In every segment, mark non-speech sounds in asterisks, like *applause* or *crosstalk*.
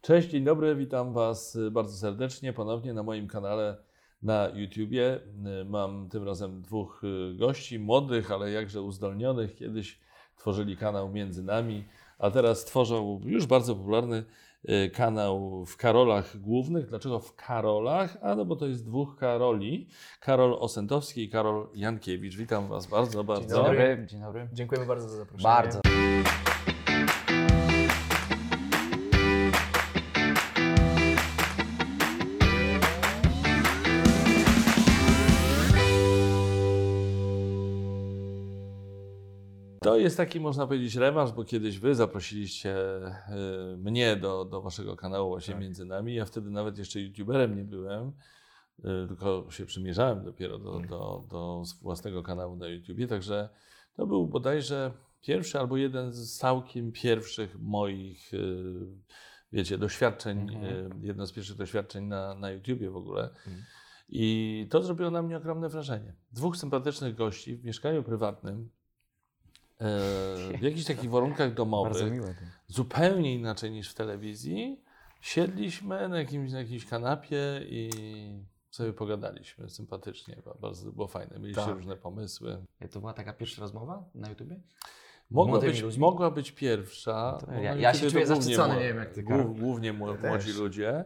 Cześć, dzień dobry, witam Was y, bardzo serdecznie ponownie na moim kanale na YouTubie. Y, Mam tym razem dwóch y, gości, młodych, ale jakże uzdolnionych. Kiedyś tworzyli kanał Między Nami, a teraz tworzą już bardzo popularny y, kanał w Karolach Głównych. Dlaczego w Karolach? A no bo to jest dwóch Karoli, Karol Osentowski i Karol Jankiewicz. Witam Was bardzo, bardzo. Dzień dobry. Dzień dobry. Dziękujemy bardzo za zaproszenie. Bardzo. To jest taki, można powiedzieć, rewanż, bo kiedyś wy zaprosiliście y, mnie do, do waszego kanału właśnie Tak. między nami. Ja wtedy nawet jeszcze youtuberem nie byłem, y, tylko się przymierzałem dopiero do, do, do własnego kanału na YouTubie. Także to był bodajże pierwszy albo jeden z całkiem pierwszych moich, y, wiecie, doświadczeń, Mhm. y, jedno z pierwszych doświadczeń na, na YouTubie w ogóle. Mhm. I to zrobiło na mnie ogromne wrażenie. Dwóch sympatycznych gości w mieszkaniu prywatnym, e, w jakichś takich warunkach Bardzo domowych, miłe. zupełnie inaczej niż w telewizji, siedliśmy na jakimś, na jakiejś kanapie i sobie pogadaliśmy sympatycznie. Ba- Bardzo było fajne. Mieliście Tak. różne pomysły. To była taka pierwsza rozmowa na YouTubie? Mogła Młodymi być, ludźmi? mogła być pierwsza. To bo ja- no i ja się wtedy to czuję głównie zaszczycony, mło- nie wiem, jak ty, głów- Karol. Głównie mło- Ja też. młodzi ludzie.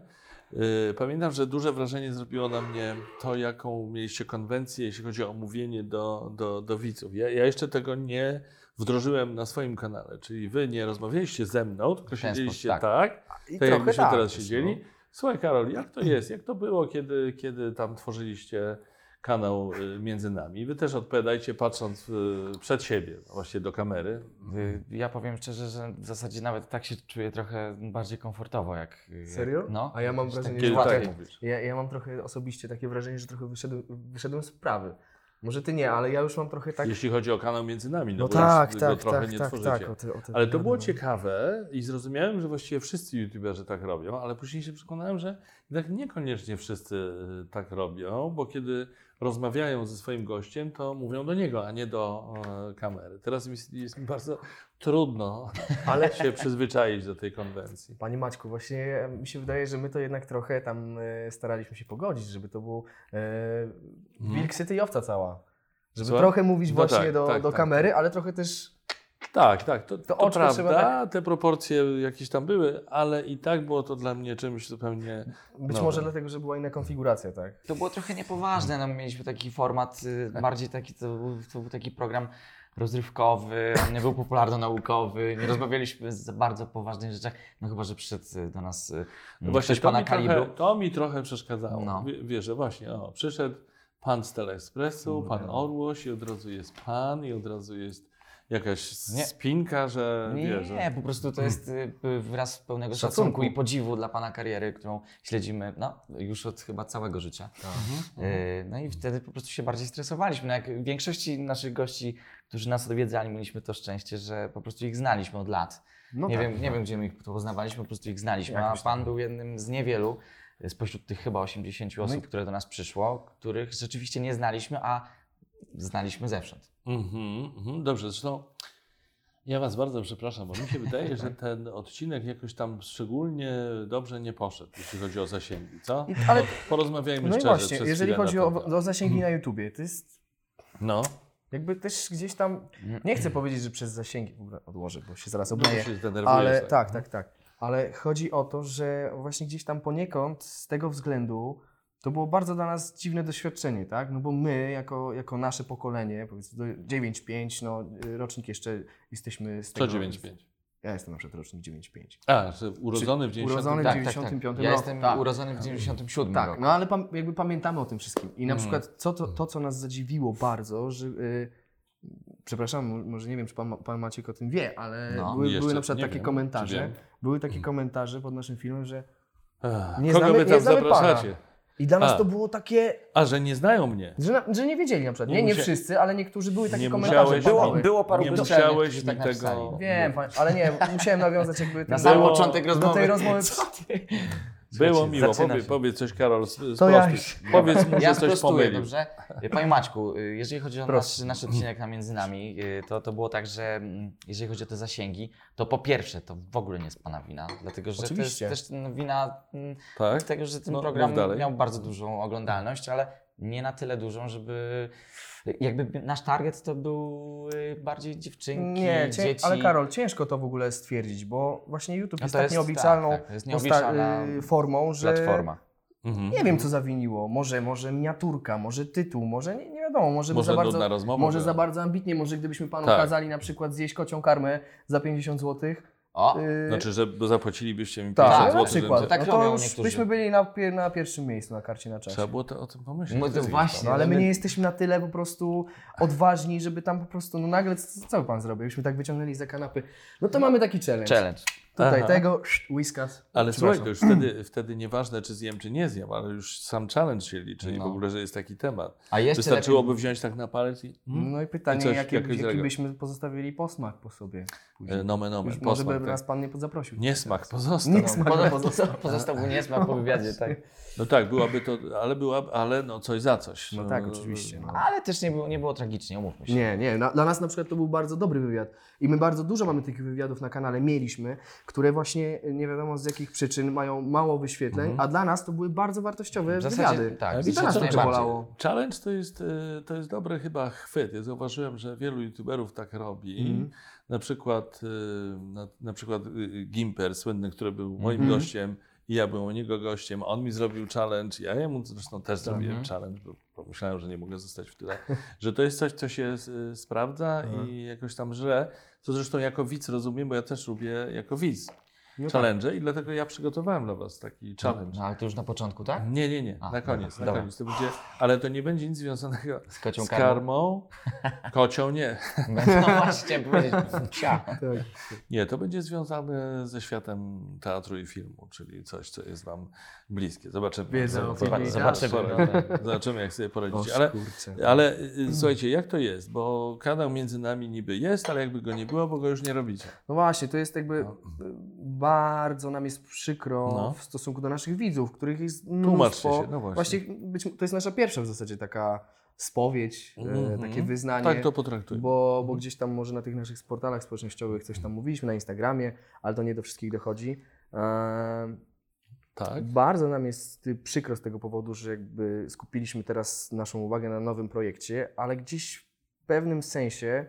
Yy, Pamiętam, że duże wrażenie zrobiło na mnie to, jaką mieliście konwencję, jeśli chodzi o mówienie do, do, do widzów. Ja, ja jeszcze tego nie wdrożyłem na swoim kanale, czyli wy nie rozmawialiście ze mną, tylko W ten siedzieliście tak, sposób, tak, I tak trochę jakbyśmy tak, teraz też, siedzieli. no. Słuchaj Karol, jak to jest? Jak to było, kiedy, kiedy tam tworzyliście kanał y, między nami? Wy też odpowiadajcie patrząc y, przed siebie, właśnie do kamery. Y, Ja powiem szczerze, że w zasadzie nawet tak się czuję trochę bardziej komfortowo jak... y, No. Serio? jak- No. A ja mam Jakoś wrażenie, Kiedy że tak trochę, tak mówisz. ja, ja mam trochę osobiście takie wrażenie, że trochę wyszedłem, wyszedłem z prawy. Może ty nie, ale ja już mam trochę tak... Jeśli chodzi o kanał między nami, no, bo już go trochę nie tworzycie. No, o te- o te- Ale to było wiadomo. ciekawe i zrozumiałem, że właściwie wszyscy youtuberzy tak robią, ale później się przekonałem, że jednak niekoniecznie wszyscy y, tak robią, bo kiedy rozmawiają ze swoim gościem, to mówią do niego, a nie do e, kamery. Teraz mi- jest mi bardzo trudno Ale *laughs* się przyzwyczaić do tej konwencji. Panie Maćku, właśnie e, mi się wydaje, że my to jednak trochę tam e, staraliśmy się pogodzić, żeby to był e, wilk syty i owca cała. Żeby Słucham? trochę mówić Mhm. No właśnie tak, do, tak, do tak, kamery, ale trochę też... Tak, tak, to, to, oczko prawda, trzeba tak- te proporcje jakieś tam były, ale i tak było to dla mnie czymś zupełnie... Być No może tak. dlatego, że była inna konfiguracja, tak? To było trochę niepoważne, no my mieliśmy taki format, y, bardziej taki, to był, to był taki program rozrywkowy, on nie był popularno-naukowy, nie rozmawialiśmy za bardzo o poważnych rzeczach, no chyba, że przyszedł y, do nas y, ktoś to pana mi, trochę, kalibru. to mi trochę przeszkadzało. No. Wie- Wiesz, że właśnie, o, przyszedł pan z Mm, Teleekspresu, pan Orłoś i od razu jest pan i od razu jest jakaś Nie. spinka, że wiesz, że... Nie, po prostu to jest y, y, wyraz pełnego Szacunku. szacunku. i podziwu dla pana kariery, którą śledzimy no, już od chyba całego życia. Mhm. Y, No i wtedy po prostu się bardziej stresowaliśmy. No jak większości naszych gości, którzy nas odwiedzali, mieliśmy to szczęście, że po prostu ich znaliśmy od lat. No nie, tak. wiem, nie wiem, gdzie my ich poznawaliśmy, po prostu ich znaliśmy. A Jakoś tak. pan był jednym z niewielu y, spośród tych chyba 80 osób, No i- które do nas przyszło, których rzeczywiście nie znaliśmy, a znaliśmy zewsząd. Mhm, mhm, dobrze, zresztą ja Was bardzo przepraszam, bo mi się wydaje, że ten odcinek jakoś tam szczególnie dobrze nie poszedł, jeśli chodzi o zasięgi, co? Ale Porozmawiajmy No i szczerze właśnie, przez jeżeli chwilę chodzi na Mhm. o, ten temat. o zasięgi na YouTubie, to jest No, jakby też gdzieś tam, nie chcę powiedzieć, że przez zasięgi w ogóle odłożę, bo się zaraz dużo obleję, No, się no. zdenerwuję. ale tak, tak, tak. Ale chodzi o to, że właśnie gdzieś tam poniekąd z tego względu to było bardzo dla nas dziwne doświadczenie, tak? No bo my, jako, jako nasze pokolenie, powiedzmy do 9-5, no y, rocznik jeszcze jesteśmy z Co tego... 9,5? Ja jestem na przykład rocznik 9-5. A, że urodzony w 90 urodzony No w Tak, tak, tak. 95 Ja roku. jestem tak. urodzony w 97 Tak, roku. Mhm. no ale pam- jakby pamiętamy o tym wszystkim. I na przykład co to, to, co nas zadziwiło bardzo, że. y, przepraszam, mo- może nie wiem, czy pan, Ma- pan Maciek o tym wie, ale No, były, jeszcze były na przykład nie takie wiem, czy komentarze. wiem. Były takie Mhm. komentarze pod naszym filmem, że. Ech, Nie Kogo znamy- wy nie tam znamy pana. zapraszacie? I dla nas A. to było takie. A, że nie znają mnie. Że, na, że nie wiedzieli na przykład. Nie Nie, nie, musia- wszyscy, ale niektórzy były takie Nie komentarze. musiałeś Było, mi- było. nie bezczelnych, musiałeś którzy mi tego- napisali. Wiem, pan- ale nie, musiałem nawiązać jakby Na ten sam Było- początek do rozmowy. tej rozmowy- Co ty? Było Słuchajcie, miło. zaczyna Powie, się. powiedz coś, Karol, z- z To ja prostych. Powiedz mu, Ja że coś sprostuję, pomylił. dobrze? Panie Maćku, y, jeżeli chodzi o nasz, Proszę. nasz odcinek na Między Nami, y, to, to było tak, że mm, jeżeli chodzi o te zasięgi, to po pierwsze, to w ogóle nie jest Pana wina, dlatego że Oczywiście. to jest też mm, wina mm, Tak? tego, że ten No, mów dalej. program miał bardzo dużą oglądalność, ale nie na tyle dużą, żeby... Jakby nasz target to był y, bardziej dziewczynki, Nie, cię, dzieci. ale Karol, ciężko to w ogóle stwierdzić, bo właśnie YouTube No jest to tak jest- nieobliczalną tak, tak, to jest posta- nieobliczalna y, formą, że platforma. Mhm. nie wiem co zawiniło. Może, może miniaturka, może tytuł, może nie, nie wiadomo, może, Może za bardzo, nudna rozmowa. może była. za bardzo ambitnie, może gdybyśmy panu Tak. kazali na przykład zjeść kocią karmę za 50 zł. O, y, Znaczy, że zapłacilibyście mi 50 tak, zł. na przykład. żeby- tak no to robią już niektórzy. byśmy byli na, pier- na pierwszym miejscu na karcie na czasie. Trzeba było to, o tym pomyśleć. No to Rzeczywiście. właśnie. No ale my Ale- nie jesteśmy na tyle po prostu odważni, żeby tam po prostu, no nagle, co co by pan zrobił, byśmy tak wyciągnęli za kanapy. No to mamy taki challenge. challenge. Tutaj Aha. tego, szt, whiskas. Ale słuchaj, Przepraszam. to już wtedy, wtedy nieważne, czy zjem, czy nie zjem, ale już sam challenge się liczy i w No. ogóle, że jest taki temat. A jeszcze Wystarczyłoby lepiej- wziąć tak na palec i... Mm? No i I pytanie, coś jaki, jakiegoś jaki złego. byśmy pozostawili posmak po sobie. później. E, Nomen, nomen, Już może by posmak, tak. nas pan nie zaprosił. Niesmak pozostał. Niesmak. *laughs* Poza- poza- Pozostał mu niesmak po wywiadzie, tak. No tak, byłaby to, ale byłaby, ale no coś za coś. No tak, oczywiście. No. Ale też nie było, nie było tragicznie, umówmy się. Nie, nie. Na, dla nas na przykład to był bardzo dobry wywiad. I my bardzo dużo mamy takich wywiadów na kanale, mieliśmy, które właśnie nie wiadomo z jakich przyczyn mają mało wyświetleń, a dla nas to były bardzo wartościowe W zasadzie wywiady. tak, I w to nas zasadzie to najbardziej. bolało. Challenge to jest, y, to jest dobry chyba chwyt. Ja zauważyłem, że wielu youtuberów tak robi. Mhm. Na przykład, y, na, na przykład y, Gimper słynny, który był moim Mhm. gościem i ja byłem u niego gościem. On mi zrobił challenge, ja jemu zresztą Mhm. też zrobiłem challenge, bo pomyślałem, że nie mogę zostać w tyle. Że to jest coś, co się y, sprawdza i jakoś tam żre. To zresztą jako widz rozumiem, bo ja też lubię jako widz No tak. challenge y i dlatego ja przygotowałem dla Was taki challenge. No ale to już na początku, tak? Nie, nie, nie. A, na koniec, dobra. na koniec. To będzie, ale to nie będzie nic związanego Z kocią z *laughs* karmą. Kocią nie. *laughs* No właśnie, powiedzieć. *laughs* Psia. Tak. Nie, to będzie związane ze światem teatru i filmu, czyli coś, co jest Wam bliskie. Zobaczymy. Wiedzą Zobaczymy. o filmie i Zobaczymy, teatrze. Zobaczymy. Zobaczymy, jak sobie poradzicie. O, Ale, kurczę. ale y, słuchajcie, jak to jest? Bo kanał między nami niby jest, ale jakby go nie było, bo go już nie robicie. No właśnie, to jest jakby y, bardzo nam jest przykro No. w stosunku do naszych widzów, których jest Tłumaczcie mnóstwo. się, no właśnie. właśnie być, to jest nasza pierwsza w zasadzie taka spowiedź, e, Mhm. takie wyznanie. Tak to potraktujmy. bo, bo gdzieś tam może na tych naszych portalach społecznościowych coś tam mówiliśmy, na Instagramie, ale to nie do wszystkich dochodzi. Ehm, Tak. Bardzo nam jest y, przykro z tego powodu, że jakby skupiliśmy teraz naszą uwagę na nowym projekcie, ale gdzieś w pewnym sensie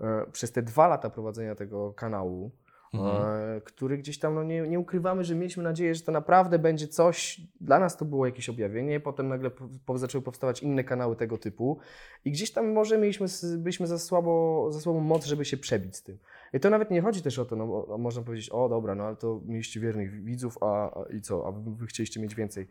e, przez te dwa lata prowadzenia tego kanału, Mhm. e, który gdzieś tam, no nie, nie ukrywamy, że mieliśmy nadzieję, że to naprawdę będzie coś, dla nas to było jakieś objawienie, potem nagle po, po, zaczęły powstawać inne kanały tego typu i gdzieś tam może mieliśmy, s- byliśmy za słabo, za słabą moc, żeby się przebić z tym. I to nawet nie chodzi też o to, no bo można powiedzieć, o dobra, no ale to mieliście wiernych widzów, a, a i co, a wy wy chcieliście mieć więcej.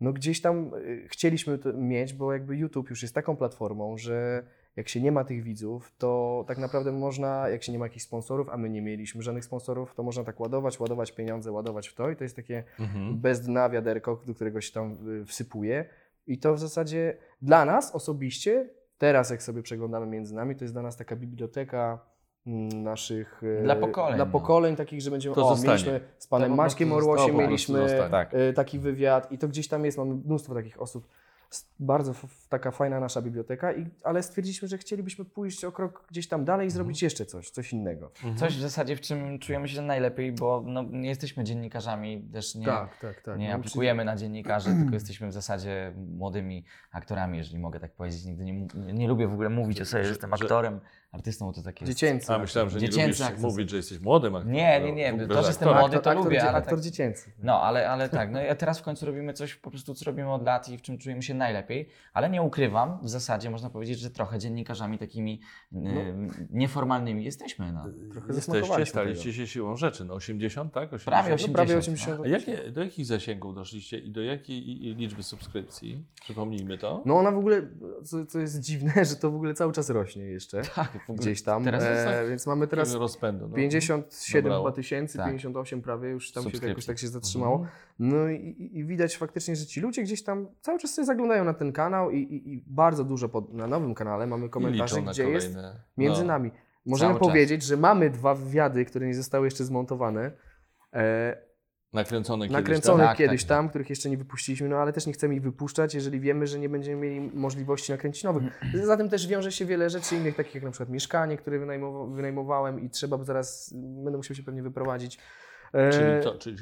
No gdzieś tam y, chcieliśmy to mieć, bo jakby YouTube już jest taką platformą, że jak się nie ma tych widzów, to tak naprawdę można, jak się nie ma jakichś sponsorów, a my nie mieliśmy żadnych sponsorów, to można tak ładować, ładować pieniądze, ładować w to i to jest takie Mhm. bez dna wiaderko, do którego się tam y, wsypuje. I to w zasadzie dla nas osobiście, teraz jak sobie przeglądamy między nami, to jest dla nas taka biblioteka mm, naszych... y, Dla pokoleń, Dla no. pokoleń takich, że będziemy... To o, zostanie. mieliśmy z To panem po prostu Maćkiem zostało, To po Orłosiem, prostu mieliśmy zostanie. Tak. y, taki wywiad i to gdzieś tam jest, mamy mnóstwo takich osób. S- Bardzo f- f- taka fajna nasza biblioteka, i, ale stwierdziliśmy, że chcielibyśmy pójść o krok gdzieś tam dalej i zrobić jeszcze coś, coś innego. Mhm. Coś w zasadzie, w czym czujemy się najlepiej, bo no, nie jesteśmy dziennikarzami, też nie, tak, nie aplikujemy na dziennikarzy, tylko jesteśmy w zasadzie młodymi aktorami, jeżeli mogę tak powiedzieć. Nigdy nie, mu- nie lubię w ogóle mówić o sobie, że jestem że- aktorem, artystą, to takie jest. Dziecięcy. A myślałem, że nie Dziecięcy lubisz akcent. mówić, że jesteś młodym aktorem. Nie, nie, nie, W ogóle, to, że że jestem aktorem. młody, to aktor, lubię, dzie- ale aktor tak- dziecięcy. No, ale, ale tak. No i teraz w końcu robimy coś po prostu, co robimy od lat i w czym czujemy się najlepiej, ale nie ukrywam, w zasadzie można powiedzieć, że trochę dziennikarzami takimi y, No. nieformalnymi jesteśmy. No. Trochę zasmakowaliśmy Jesteście, staliście się siłą rzeczy. No 80, tak? 80? Prawie tego. 80. No, prawie 80. A jakie, do jakich zasięgów doszliście i do jakiej i- i liczby subskrypcji? Przypomnijmy to. No ona w ogóle, co, co jest dziwne, *laughs* że to w ogóle cały czas rośnie jeszcze Tak, w ogóle. gdzieś tam. Teraz jest e, tak- więc mamy Teraz teraz rozpędu. No. 57 Dobrało. chyba tysięcy, Tak. 58 prawie, już tam się Subskrypcji. jakoś tak się Mhm. zatrzymało. No i, i- i widać faktycznie, że ci ludzie gdzieś tam cały czas sobie zaglądają na ten kanał i, i, i bardzo dużo pod, na nowym kanale mamy I liczą komentarze, na gdzie jest kolejne. między no. nami. Możemy Cały czas. powiedzieć, że mamy dwa wywiady, które nie zostały jeszcze zmontowane. E, Nakręcony kiedyś. nakręconych tak? kiedyś Tak, tam, których jeszcze nie wypuściliśmy, no ale też nie chcemy ich wypuszczać, jeżeli wiemy, że nie będziemy mieli możliwości nakręcić nowych. Za tym też wiąże się wiele rzeczy innych, takich jak na przykład mieszkanie, które wynajmowa- wynajmowałem i trzeba, bo zaraz będę musiał się pewnie wyprowadzić. E, Tak? Czyli to, czyli,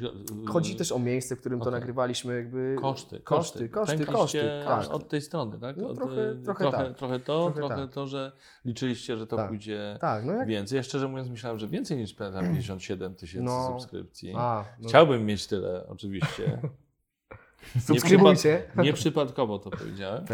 Chodzi też o miejsce, w którym to Okej. nagrywaliśmy. Jakby... Koszty, koszty, koszty, Pękliście koszty, koszty. od tej strony, tak? No Od, trochę- y, trochę trochę, tak. trochę to, Trochę trochę, tak. to, że liczyliście, że to Tak. pójdzie Tak, no jak... więcej. Ja szczerze mówiąc myślałem, że więcej niż tam *clears throat* 57 tysięcy No. subskrypcji. A, no. Chciałbym mieć tyle, oczywiście. Subskrybujcie. Tak. Nieprzypadkowo *laughs* to powiedziałem,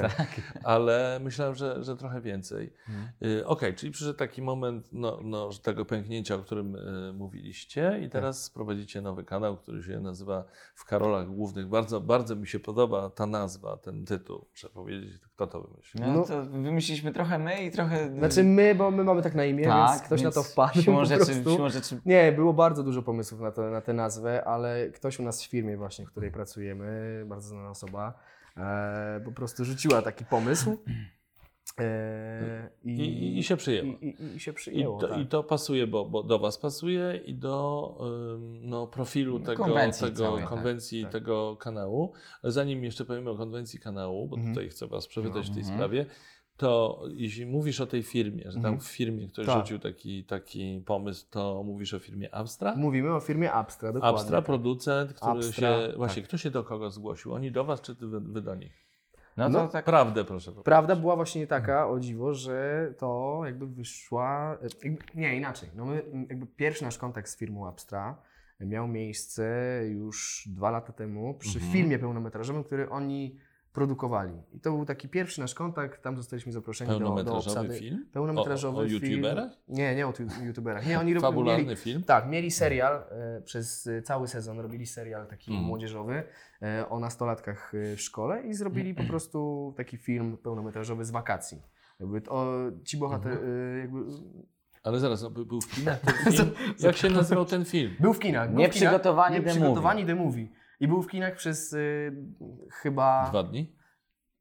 ale myślałem, że, że trochę więcej. Hmm. Mhm. Y, Okej, czyli przyszedł taki moment no, no, że tego pęknięcia, o którym y, mówiliście Tak. i teraz prowadzicie nowy kanał, który się nazywa W Karolach Głównych. Bardzo, bardzo mi się podoba ta nazwa, ten tytuł. Muszę powiedzieć, kto to wymyślił. No, No. to wymyśliliśmy trochę my i trochę... Znaczy my, bo my mamy tak na imię, więc ktoś na to wpadł Siłą po rzeczy, prostu. siłą rzeczy Nie, było bardzo dużo pomysłów na, to, na tę nazwę, ale ktoś u nas w firmie właśnie, w której pracujemy, bardzo znana osoba, e, po prostu rzuciła taki pomysł e, i, I, i, i się przyjęło. i, i, i się I przyjęło. to, tak. I to pasuje, bo, bo do Was pasuje i do ym, no, profilu No, tego, konwencji tego całej, tak, konwencji tak. tego kanału. Ale Zanim jeszcze powiemy o konwencji kanału, bo Mhm. tutaj chcę Was przepytać w tej Mhm. sprawie, to jeśli mówisz o tej firmie, że tam Mhm. w firmie ktoś Tak. rzucił taki, taki pomysł, to mówisz o firmie Abstra? Mówimy o firmie Abstra, dokładnie. tak. Abstra, producent, który Abstra, tak. się... Właśnie, kto się do kogo zgłosił? Oni do Was czy ty, wy, wy do nich? No to No. tak. Prawdę proszę powiedzieć. Prawda była właśnie taka, o dziwo, że to jakby wyszła. Jakby, nie, inaczej. No my, jakby pierwszy nasz kontakt z firmą Abstra miał miejsce już dwa lata temu przy Mhm. filmie pełnometrażowym, który oni produkowali. I to był taki pierwszy nasz kontakt, tam zostaliśmy zaproszeni do, do Pełnometrażowy obsady. film? Pełnometrażowy O- o film. youtuberach? Nie, nie o tu- youtuberach. Nie, oni robili. Fabularny mieli- film? tak, mieli serial e, przez e, cały sezon, robili serial taki Mhm. młodzieżowy e, o nastolatkach e, w szkole i zrobili po prostu taki film pełnometrażowy z wakacji. Jakby to, o, ci bohater, e, jakby, Ale zaraz, no, by- był w *laughs* kinach ten film? Jak się nazywał ten film? był w kinach. Był w kinach, Nieprzygotowani The Nieprzygotowani The Movie. I był w kinach przez e, chyba... Dwa dni?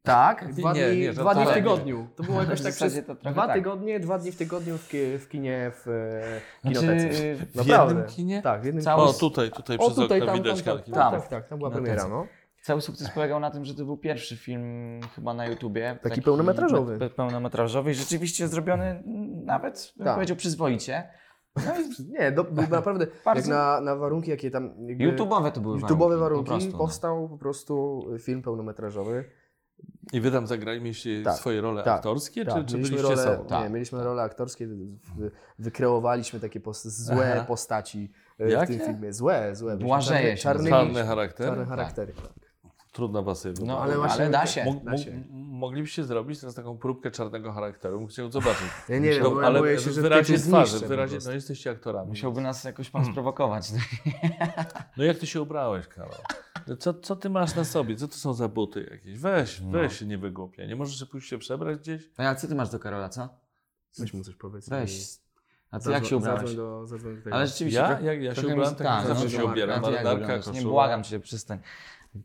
Tak, dwa Nie, dni, nie, dwa dni w żartowałem. tygodniu. To było jakoś W tak zasadzie przez to trochę dwa tak. tygodnie, dwa dni w tygodniu w, ki- w kinie w e, Znaczy, kinotece. y, W Naprawdę. jednym kinie? Tak, w jednym Cały O, s- tutaj, tutaj O, przez tutaj, okno tam, widać tam, tam, karki. tam, Tak. tak, tak, tam była No to premiera, co? no. Cały sukces polegał na tym, że to był pierwszy film chyba na YouTubie. Taki pełnometrażowy. pe- Pełnometrażowy i rzeczywiście zrobiony mm, nawet, bym Tak. powiedział, przyzwoicie. No i Nie, do, *laughs* był naprawdę, jak Bardzo- na, na warunki, jakie tam... Jakby, YouTube'owe to były warunki. YouTube'owe warunki, po prostu, no. powstał po prostu film pełnometrażowy. I wy tam zagraliście Tak, swoje role tak, aktorskie, czy, czy mieliśmy byliście rolę, sobą? nie, Tak, mieliśmy role aktorskie, wy- wy- wykreowaliśmy takie pos- złe Aha. postaci e, Jakie? w tym filmie. Złe, złe. Błażeje się czarny, czarnymi, Czarny charakter? czarne charaktery. tak. Trudno was sobie No, wyobrazić. ale, ale właśnie- da się. Mógł- da mógł- się. m- moglibyście zrobić teraz taką próbkę czarnego charakteru, bym chciał zobaczyć. Ja nie wiem, No, bo ja ale boję się, że wyrazie tytuł twarzy, zniszczę po wyrazie, prostu. no jesteście aktorami. Musiałby nas jakoś pan sprowokować. No jak ty się ubrałeś, Karol? No Co, co ty masz na sobie? Co to są za buty jakieś? Weź, No. weź się nie wygłupiaj. Nie możesz się pójść się przebrać gdzieś? A co ty masz do Karola, co? Weź mu coś powiedz. Weź. A ty Zadzwoń- jak się ubrałeś? Zadzwoń do, zadzwoń do tego. Ale rzeczywiście. Ja? trochę- Jak ja się trochę mi- ubrałem, tak tak, jak no, zawsze no, się Marka, ubieram. A ty jak no, Marynarka, wyglądasz? Nie koszula. błagam cię, przystań.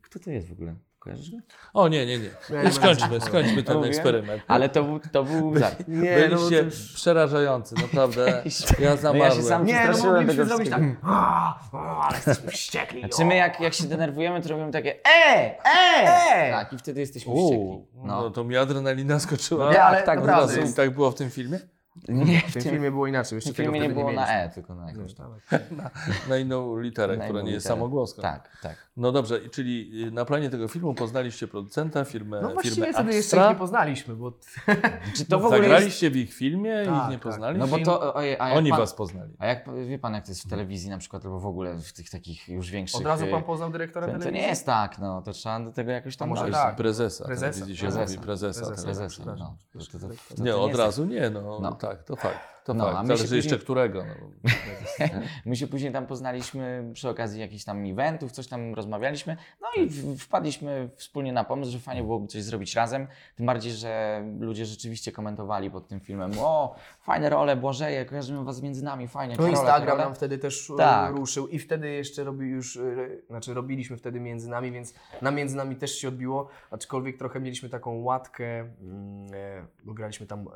Kto to jest w ogóle? Kojarzysz go? O nie, nie, nie. Nie, nie Skończmy, będzie. skończmy ten Mówię. eksperyment. Ale to był, to był żart. Nie, no, bo to Byliście już- przerażający, naprawdę. Ja *laughs* No zamarłem. ja się sam nie, no przestraszyłem mogliśmy tego zrobić tak. wszystkiego. "A, o, Ale jesteśmy wściekli. Znaczy o". my jak, jak się denerwujemy, to robimy takie e, e, tak i wtedy jesteśmy wściekli. Uuu, No. no. to mi adrenalina skoczyła. Nie, ale tak, naprawdę tak, I jest- tak było w tym filmie? Nie, W tym filmie było inaczej. Jeszcze w filmie tego nie było wtedy na e, tylko na jakąś tam. tak. Na inną literę, Na która inną nie jest literę. samogłoska. Tak, tak. No dobrze, i czyli y, na planie tego filmu poznaliście producenta, firmę, No firmę właściwie Astra. wtedy jeszcze ich nie poznaliśmy, bo Czy to w ogóle jest... Zagraliście w ich filmie i Tak, ich nie tak. poznali? No bo to, ojej, a jak Oni pan, was poznali. A jak, wie pan jak to jest w telewizji na przykład, albo w ogóle w tych takich już większych... od razu y, pan poznał dyrektora to, to nie telewizji. jest tak, no, to trzeba do tego jakoś tam A może dojść. tak. Prezesa. Prezesa, Prezesa. Się prezesa. Mówi, prezesa. Prezesa. teraz. Prezesem, przepraszam. tak- no. To- to- to- to- to Nie, od jest- razu nie, no, No. tak, to fakt. To No, a fakt. my się Zależy jeszcze później- którego. No. My się później tam poznaliśmy przy okazji jakichś tam eventów, coś tam rozmawialiśmy, no i Tak. w- wpadliśmy wspólnie na pomysł, że fajnie byłoby coś zrobić razem. Tym bardziej, że ludzie rzeczywiście komentowali pod tym filmem: O, fajne role, Błażeje, kojarzymy was między nami, fajnie. No Karole, Instagram Karole. nam wtedy też e, Tak. ruszył i wtedy jeszcze robi już, e, znaczy robiliśmy wtedy między nami, więc na między nami też się odbiło, aczkolwiek trochę mieliśmy taką łatkę, mm, e, bo graliśmy tam, e,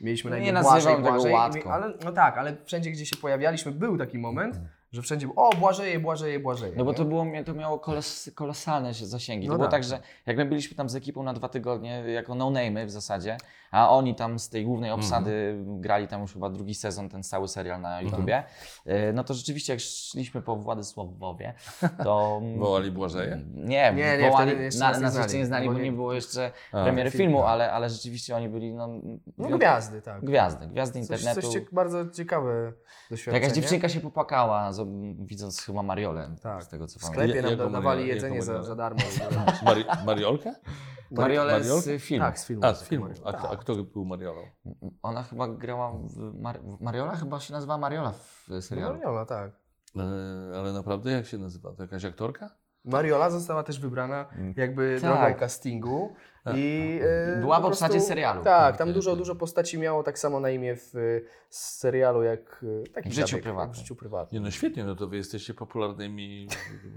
mieliśmy na Nie imię nazywam Błażej, tego Błażej, i mi- łatką. ale, no tak, ale wszędzie gdzie się pojawialiśmy był taki moment, Że wszędzie było, o Błażeje, Błażeje, Błażeje. No bo nie? to, było, to miało kolos, kolosalne się zasięgi. Mhm. No to było tak. tak, że jak my byliśmy tam z ekipą na dwa tygodnie, jako no-name'y w zasadzie, a oni tam z tej głównej Mhm. obsady grali tam już chyba drugi sezon, ten cały serial na YouTubie, e, no to rzeczywiście jak szliśmy po Władysławowie, to... *laughs* Wołali Błażeje? Nie, Nie, nie, nie, wołali, wtedy jeszcze na, nas nie nas jeszcze znali, nie znali, bo bo nie- nie było jeszcze A, premiery film, filmu, tak. ale, ale rzeczywiście oni byli no, No gwiaz- gwiazdy, tak. gwiazdy, gwiazdy Coś, internetu. Tak, coś cie- bardzo ciekawe doświadczenie. Jakaś dziewczynka się popłakała, z, widząc chyba Mariolę, Tak. z tego co W pamiętam. sklepie Ja- nam jaką da- dawali Mariola- jedzenie jaką za, Mariola? za darmo. Mari Mariolkę? Tak, Mariolę Mariolkę? z filmu. Tak, z filmu. A, z filmu. A, Tak. a kto był Mariolą? Ona chyba grała w Mar- w Mariola? Chyba się nazywa Mariola w serialu. Mariola, tak. E, ale naprawdę jak się nazywa? To jakaś aktorka? Mariola została też wybrana jakby Tak. drogą castingu i e, Była po w obsadzie prostu- serialu. Tak, tam Wtedy. dużo, dużo postaci miało tak samo na imię w e, serialu jak e, taki W życiu dziadek, prywatnym. W życiu prywatnym. Nie no świetnie, no to wy jesteście popularnymi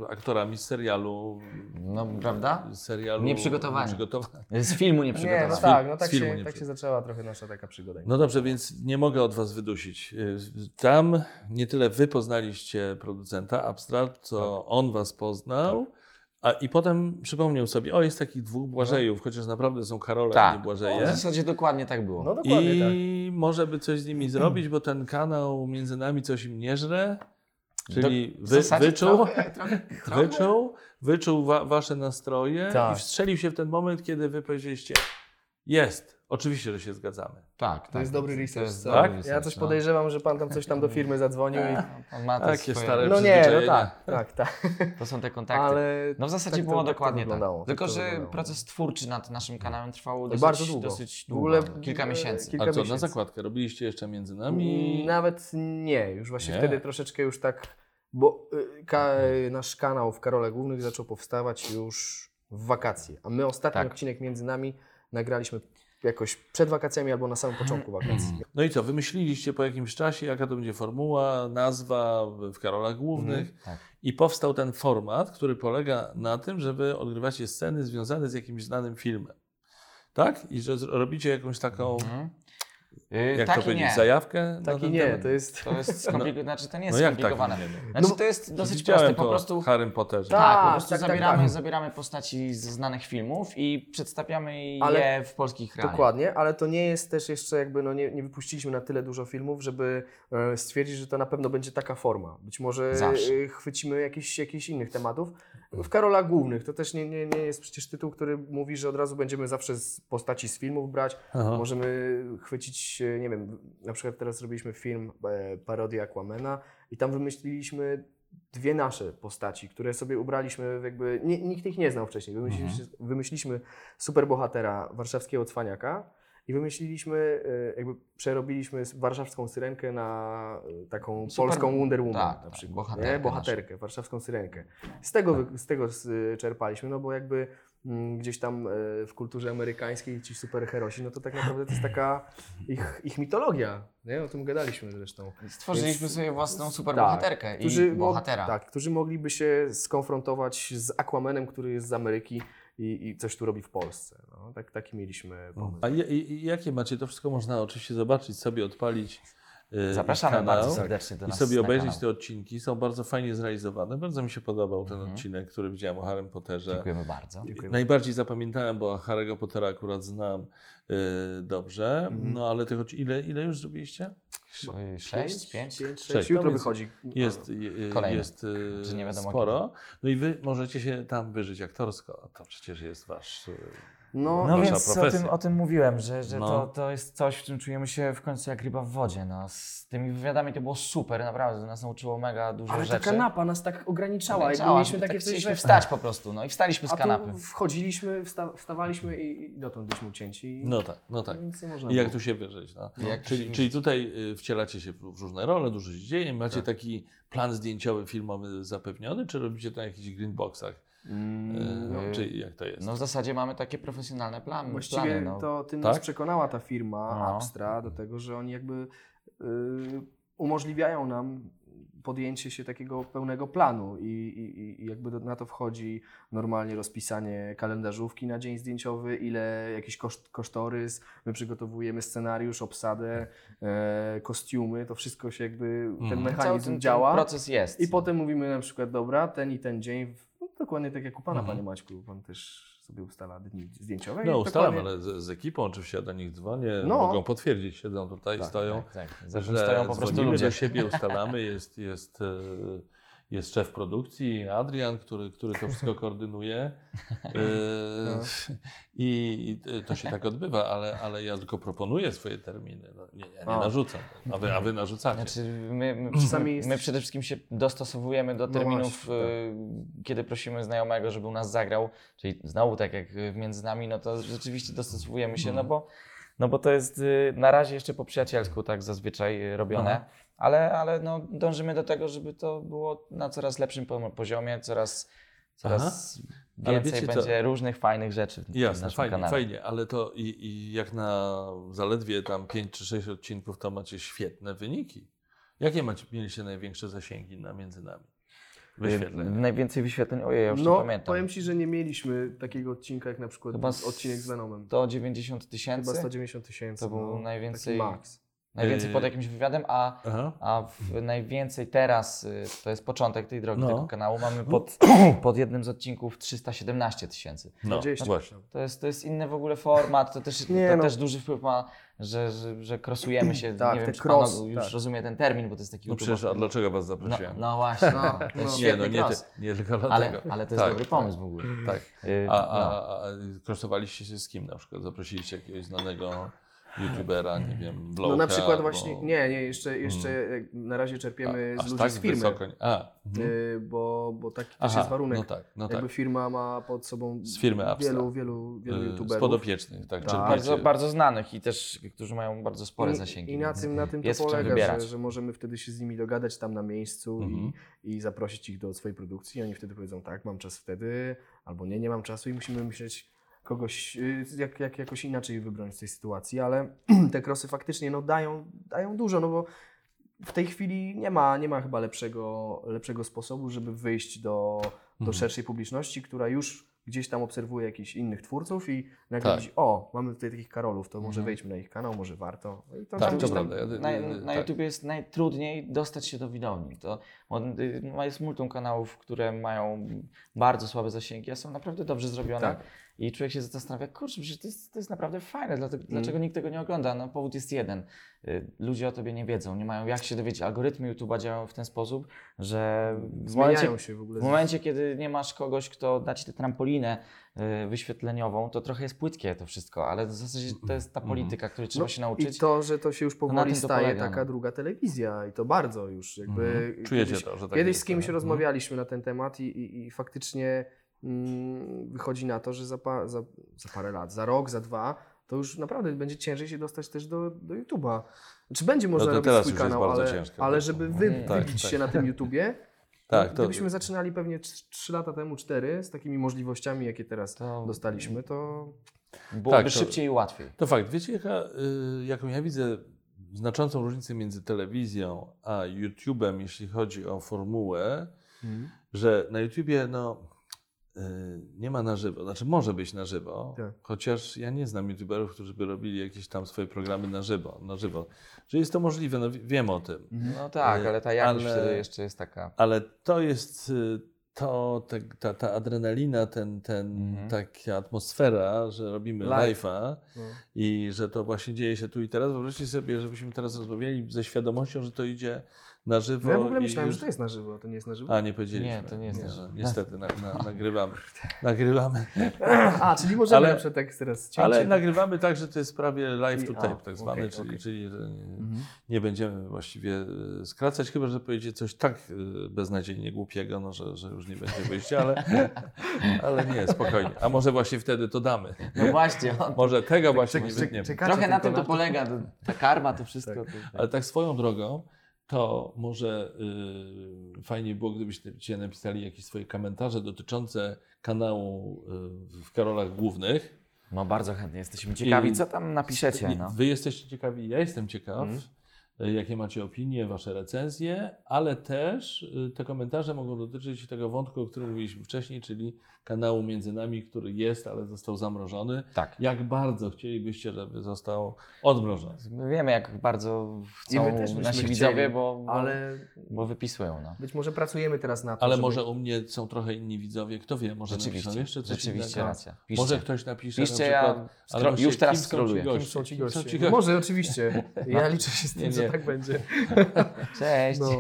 aktorami z serialu. No, prawda? Z serialu Nieprzygotowani. Nieprzygotowani. Z filmu nie No Nie, no przygotowana. tak, no film- tak z filmu się, nie tak przy- się zaczęła trochę nasza taka przygoda. No dobrze, więc nie mogę od was wydusić. Y, Tam nie tyle wy poznaliście producenta Abstract, co on was poznał. A, I potem przypomniał sobie, o jest takich dwóch Błażejów, chociaż naprawdę są Karole, a Tak. nie w Błażeje. zasadzie dokładnie tak było. No dokładnie I tak. może by coś z nimi zrobić, bo ten kanał między nami coś im nie żre. Czyli Tak, w wy, zasadzie wyczuł, trochę- trochę- trochę- wyczuł, wyczuł wa, wasze nastroje Tak. i wstrzelił się w ten moment, kiedy wy powiedzieliście, jest, oczywiście, że się zgadzamy. Tak, tak. To jest dobry research, jest co? dobry Tak? Ja research, coś no. podejrzewam, że pan tam coś tam do firmy zadzwonił i... On ma te Takie swoje, stare No nie, no przyzwyczajenia. tak, tak, tak. To są te kontakty. Ale No w zasadzie tak to- było tak to dokładnie tak. wyglądało, tak Tylko, to że wyglądało. proces twórczy nad naszym kanałem trwał dosyć, bardzo długo. dosyć W ogóle- długo, no, kilka e, miesięcy. kilka A co, na miesięcy. zakładkę? Robiliście jeszcze między nami? Nawet nie, już właśnie Nie. wtedy troszeczkę już tak, bo y, ka, y, nasz kanał w Karole Głównych zaczął powstawać już w wakacje, a my ostatni Tak. odcinek między nami nagraliśmy jakoś przed wakacjami albo na samym początku wakacji. No i co, wymyśliliście po jakimś czasie, jaka to będzie formuła, nazwa w Karolach Głównych Tak. i powstał ten format, który polega na tym, że wy odgrywacie sceny związane z jakimś znanym filmem. Tak? I że z- robicie jakąś taką, Mhm. Yy, jak tak to i powiedzieć, nie. zajawkę? na Tak i ten nie, temat? to jest... To jest skomplikowane, znaczy to nie jest No jak tak i skomplikowane. nie? no? Znaczy No bo- to jest dosyć Widziałem proste, po to prostu... w Harrym Potterze. Tak, Tak, po prostu tak, tak, zabieramy, tak. zabieramy postaci ze znanych filmów i przedstawiamy Ale- je w polskich realiach. Dokładnie, ale to nie jest też jeszcze jakby, no nie, nie wypuściliśmy na tyle dużo filmów, żeby e, stwierdzić, że to na pewno będzie taka forma. Być może Zawsze. e, chwycimy jakichś jakichś innych tematów. W Karola Głównych to też nie, nie, nie jest przecież tytuł, który mówi, że od razu będziemy zawsze z postaci z filmów brać. Aha. Możemy chwycić, e, nie wiem, na przykład teraz robiliśmy film e, parodię Aquamana i tam wymyśliliśmy dwie nasze postaci, które sobie ubraliśmy w jakby, nie, nikt ich nie znał wcześniej. Wymyśliliśmy, wymyśliliśmy superbohatera warszawskiego cwaniaka i wymyśliliśmy, e, jakby przerobiliśmy s- warszawską syrenkę na e, taką Super- polską Wonder Woman tak, na tak, przykład. bohaterkę Tak. nie? bohaterkę warszawską syrenkę. Z tego, wy- z tego z- czerpaliśmy, no bo jakby mm, gdzieś tam e, w kulturze amerykańskiej ci superherosi, no to tak naprawdę to jest taka ich, ich mitologia, nie? O tym gadaliśmy zresztą. Stworzyliśmy Więc- sobie własną tak, superbohaterkę i mo- bohatera. tak, którzy mogliby się skonfrontować z Aquamanem, który jest z Ameryki i, i coś tu robi w Polsce. No, tak, taki mieliśmy pomysł. A je, i- i jakie macie? To wszystko można oczywiście zobaczyć, sobie odpalić y, Zapraszamy kanał. bardzo serdecznie do I nas sobie na obejrzeć kanał. te odcinki. Są bardzo fajnie zrealizowane. Bardzo mi się podobał ten Mhm. odcinek, który widziałem o Harrym Potterze. Dziękujemy bardzo. Dziękuję. Najbardziej zapamiętałem, bo Harry'ego Pottera akurat znam yy, dobrze. Mhm. No ale tych odci- ile, ile już zrobiliście? Sz- Sześć, pięć? No Sześć. Sześć. Jutro No więc wychodzi. Jest, je- Kolejny. jest yy, Czy nie wiadomo sporo. No i wy możecie się tam wyżyć aktorsko. A To przecież jest wasz. yy, No, No Wasza więc o profesja. tym, o tym mówiłem, że, że No. to, to jest coś, w czym czujemy się w końcu jak ryba w wodzie. No, z tymi wywiadami to było super, naprawdę, to nas nauczyło mega dużo ale ta rzeczy. kanapa nas tak ograniczała. Jak Wiedziała, mieliśmy że takie tak coś, chcieliśmy że wstać po prostu, no i wstaliśmy z A kanapy. tu wchodziliśmy, wsta- wstawaliśmy i, i dotąd byliśmy ucięci. No tak, no tak. Nic nie można I jak było. tu się wyżyć. No. Jak Czyli, czyli tutaj y, wcielacie się w różne role, dużo się dzieje. Macie Tak. taki plan zdjęciowy, filmowy zapewniony, czy robicie to na jakichś greenboxach? Mm, no, y, czy jak to jest? No w zasadzie mamy takie profesjonalne plany. Właściwie plany no. to tym Tak? nas przekonała ta firma No. Abstra do tego, że oni jakby y, umożliwiają nam podjęcie się takiego pełnego planu i, i, i jakby do, na to wchodzi normalnie rozpisanie kalendarzówki na dzień zdjęciowy, ile jakiś koszt, kosztorys, my przygotowujemy scenariusz, obsadę, e, kostiumy, to wszystko się jakby, ten Mhm. Cały mechanizm ten, działa. ten proces jest. I potem mówimy na przykład, dobra, ten i ten dzień, w- no, dokładnie tak jak u Pana, Mhm. Panie Maćku, Pan też sobie ustala dni zdjęciowe. i No ustalam, dokładnie- ale z, z ekipą oczywiście ja do nich dzwonię, No. mogą potwierdzić, siedzą tutaj, Tak, stoją. Tak, tak. Zresztą że stoją po prostu dzwonimy ludzie. do *laughs* siebie, ustalamy, jest, jest, e, jest szef produkcji, Adrian, który, który to wszystko koordynuje. E, No. I i to się tak odbywa, ale, ale ja tylko proponuję swoje terminy. No, nie, ja nie O. narzucam, a wy, a wy narzucacie. Znaczy, my, my, Czasami my, jest- my przede wszystkim się dostosowujemy do No terminów, właśnie, tak. y, kiedy prosimy znajomego, żeby u nas zagrał. Czyli znowu tak jak y, między nami, no to rzeczywiście dostosowujemy się, no bo, no bo to jest y, na razie jeszcze po przyjacielsku tak zazwyczaj y, robione. Aha. Ale, ale no, dążymy do tego, żeby to było na coraz lepszym pomo- poziomie, coraz, coraz Ale więcej wiecie co? będzie różnych fajnych rzeczy w w Jasne, naszym fajnie, kanale. fajnie, ale to i, i jak na zaledwie tam 5 czy 6 odcinków, to macie świetne wyniki. Jakie macie, mieliście największe zasięgi na między nami? Wyświetlenia. Yy, Najwięcej wyświetleń, ojej, ja już no, nie pamiętam. powiem Ci, że nie mieliśmy takiego odcinka jak na przykład Chyba z- odcinek z Venomem. 190 tysięcy. Chyba 190 tysięcy. To był no, najwięcej- Taki max. Najwięcej Yy. pod jakimś wywiadem, a, Aha. a w najwięcej teraz, y, to jest początek tej drogi No. tego kanału, mamy *clears throat* pod, pod jednym z odcinków 317 tysięcy. No, 20. właśnie. To jest, to jest inny w ogóle format, to też, Nie, to no. też duży wpływ ma, że, że, że krosujemy się, Tak, nie wiem te czy pan cross, już tak. rozumie ten termin, bo to jest taki No przecież, a YouTuber- dlaczego was no, zaprosiłem? no właśnie, No, to jest no. nie, świetny no nie, cross. ty, nie tylko dlatego. ale, ale to jest Tak, dobry tak, pomysł w ogóle. Tak. Y, A, a, no. a, a krosowaliście się z kim na przykład? Zaprosiliście jakiegoś znanego youtubera, nie wiem, bloga? No na przykład albo- właśnie, nie, nie, jeszcze, jeszcze jak na razie czerpiemy Mm. A- z aż ludzi tak z firmy, Wysoko, nie- a, mhm. y, bo, bo taki też Aha, jest warunek. No tak, no tak. Jakby firma ma pod sobą Z firmy Upstart. wielu, wielu, wielu Y, Z youtuberów. podopiecznych, tak, Tak. czerpiecie. Bardzo, bardzo znanych i też, którzy mają bardzo spore I- zasięgi. I na tym, na tym Jest w to czym polega, wybierać. że, że możemy wtedy się z nimi dogadać tam na miejscu Mhm. i, i zaprosić ich do swojej produkcji. I oni wtedy powiedzą tak, mam czas wtedy, albo nie, nie mam czasu i musimy myśleć kogoś, y, jak, jak jakoś inaczej wybrać z tej sytuacji, ale *clears throat* te krosy faktycznie no, dają, dają dużo, no bo w tej chwili nie ma, nie ma chyba lepszego, lepszego sposobu, żeby wyjść do, do Mhm. szerszej publiczności, która już gdzieś tam obserwuje jakichś innych twórców i nagle Tak. widzi, o, mamy tutaj takich Karolów, to może Mhm. wejdźmy na ich kanał, może warto. No I to Tak, tam to gdzieś tam- prawda. Ja, Na, y, y, na tak. YouTube jest najtrudniej dostać się do widowni. To on, y, ma- jest multum kanałów, które mają bardzo słabe zasięgi, a są naprawdę dobrze zrobione. Tak. I człowiek się zastanawia, kurczę, przecież to jest, to jest naprawdę fajne, dlatego, Mm. dlaczego nikt tego nie ogląda? No powód jest jeden. Y, Ludzie o tobie nie wiedzą, nie mają jak się dowiedzieć. Algorytmy YouTube'a działają w ten sposób, że w momencie, Zmieniają się w ogóle. w momencie, kiedy nie masz kogoś, kto da ci tę trampolinę y, wyświetleniową, to trochę jest płytkie to wszystko, ale w zasadzie to jest ta Mhm. polityka, której trzeba No się nauczyć. I to, że to się już na powoli tym to staje polega, no. taka druga telewizja i to bardzo już jakby... Mhm. Czujecie kiedyś, to, że tak Kiedyś jest, z kimś tak? rozmawialiśmy na ten temat i, i, i faktycznie mm, wychodzi na to, że za, pa, za, za parę lat, za rok, za dwa, to już naprawdę będzie ciężej się dostać też do, do YouTube'a. Czy będzie można No to robić teraz swój już jest kanał, bardzo ale, ciężko. ale żeby wy, Mm. Tak, wybić tak. się na tym YouTubie, *laughs* Tak, to, gdybyśmy zaczynali pewnie 3 lata temu, 4, z takimi możliwościami, jakie teraz To- dostaliśmy, to Byłoby Tak, to- szybciej i łatwiej. to fakt. Wiecie, jaka, y, jaką ja widzę znaczącą różnicę między telewizją a YouTube'em, jeśli chodzi o formułę, że na YouTubie no, y, nie ma na żywo. Znaczy, może być na żywo, Tak. chociaż ja nie znam YouTuberów, którzy by robili jakieś tam swoje programy na żywo. Na żywo. Że jest to możliwe, no, wi- wiem o tym. No tak, Y, ale ta jakość ale- wtedy jeszcze jest taka. Ale to jest y, to, te, ta, ta adrenalina, ten, ten, Mhm. taka atmosfera, że robimy Live. live'a no. i że to właśnie dzieje się tu i teraz. Wyobraźcie sobie, żebyśmy teraz rozmawiali ze świadomością, że to idzie na żywo. No ja w ogóle i myślałem, już... że to jest na żywo, to nie jest na żywo. A, nie powiedzieliśmy. Nie, to nie jest na żywo. Niestety, na, *laughs* na, nagrywamy. Nagrywamy. A, czyli możemy Tak. Ale- na przykład tak teraz cięcie. Ale nagrywamy tak, że to jest prawie live to I- a, tape tak zwany, okej, czyli, okej. czyli że nie, Mhm. nie będziemy właściwie e, skracać, chyba że powiedzie coś tak e, beznadziejnie głupiego, no, że, że już nie będzie wyjścia, ale, *laughs* ale nie, spokojnie. A może właśnie wtedy to damy. No właśnie, *laughs* on... Może tego właśnie nie Czek- wytniemy. czekacie trochę na tym tylko to polega. to- Ta karma, *laughs* to wszystko. to- Ale tak swoją drogą, to może y, fajnie było, gdybyście napisali jakieś swoje komentarze dotyczące kanału y, w Karolach Głównych. No bardzo chętnie, jesteśmy ciekawi, co tam napiszecie. Nie, No. Wy jesteście ciekawi, ja jestem ciekaw. Mhm. e, jakie macie opinie, wasze recenzje, ale też e, te komentarze mogą dotyczyć tego wątku, o którym mówiliśmy wcześniej, czyli kanału między nami, który jest, ale został zamrożony. Tak. Jak bardzo chcielibyście, żeby został odmrożony? My wiemy, jak bardzo I my chcą też byśmy nasi chcieli, widzowie, bo, bo, Ale bo wypisują. No. być może pracujemy teraz na to, Ale żeby- może u mnie są trochę inni widzowie, kto wie, może napiszą Rzeczywiście, no, jeszcze coś rzeczywiście innego. racja. Piszcie. Może ktoś napisze Piszcie, na przykład... ja ale skro- właśnie, już teraz kim są ci skróluję. goście? Kim są ci Kim są goście? ci No goście? może, oczywiście. Ja liczę się z tym, No. Nie, że nie. tak będzie. *laughs* Cześć. No.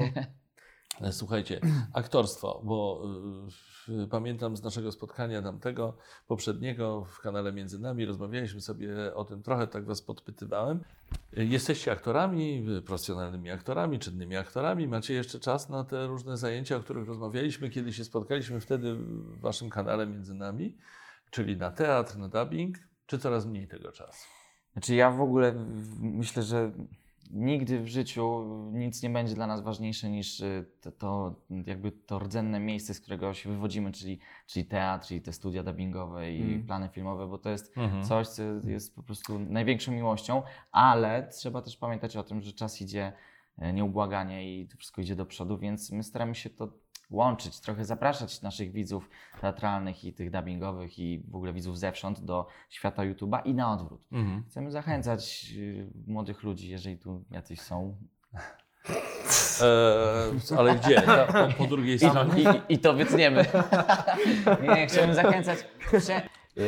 Ale E, Słuchajcie, *clears throat* aktorstwo, bo y, y, pamiętam z naszego spotkania tamtego, poprzedniego w kanale Między Nami, rozmawialiśmy sobie o tym trochę, tak was podpytywałem. Y, Jesteście aktorami, y, profesjonalnymi aktorami, czynnymi aktorami, macie jeszcze czas na te różne zajęcia, o których rozmawialiśmy, kiedy się spotkaliśmy wtedy w waszym kanale Między Nami, czyli na teatr, na dubbing, czy coraz mniej tego czasu? Znaczy ja w ogóle w- myślę, że nigdy w życiu nic nie będzie dla nas ważniejsze niż y, to, to jakby to rdzenne miejsce, z którego się wywodzimy, czyli, czyli teatr i te studia dubbingowe i Mhm. Mm. plany filmowe, bo to jest Co? coś, co jest po prostu największą miłością, ale trzeba też pamiętać o tym, że czas idzie e, nieubłaganie i to wszystko idzie do przodu, więc my staramy się to łączyć, trochę zapraszać naszych widzów teatralnych i tych dubbingowych i w ogóle widzów zewsząd do świata YouTube'a i na odwrót. Mhm. Chcemy zachęcać y, młodych ludzi, jeżeli tu jacyś są. E, ale gdzie? Na, po, po drugiej I, stronie? i, i to wytniemy. *laughs* nie, chcemy zachęcać. Wszędzie,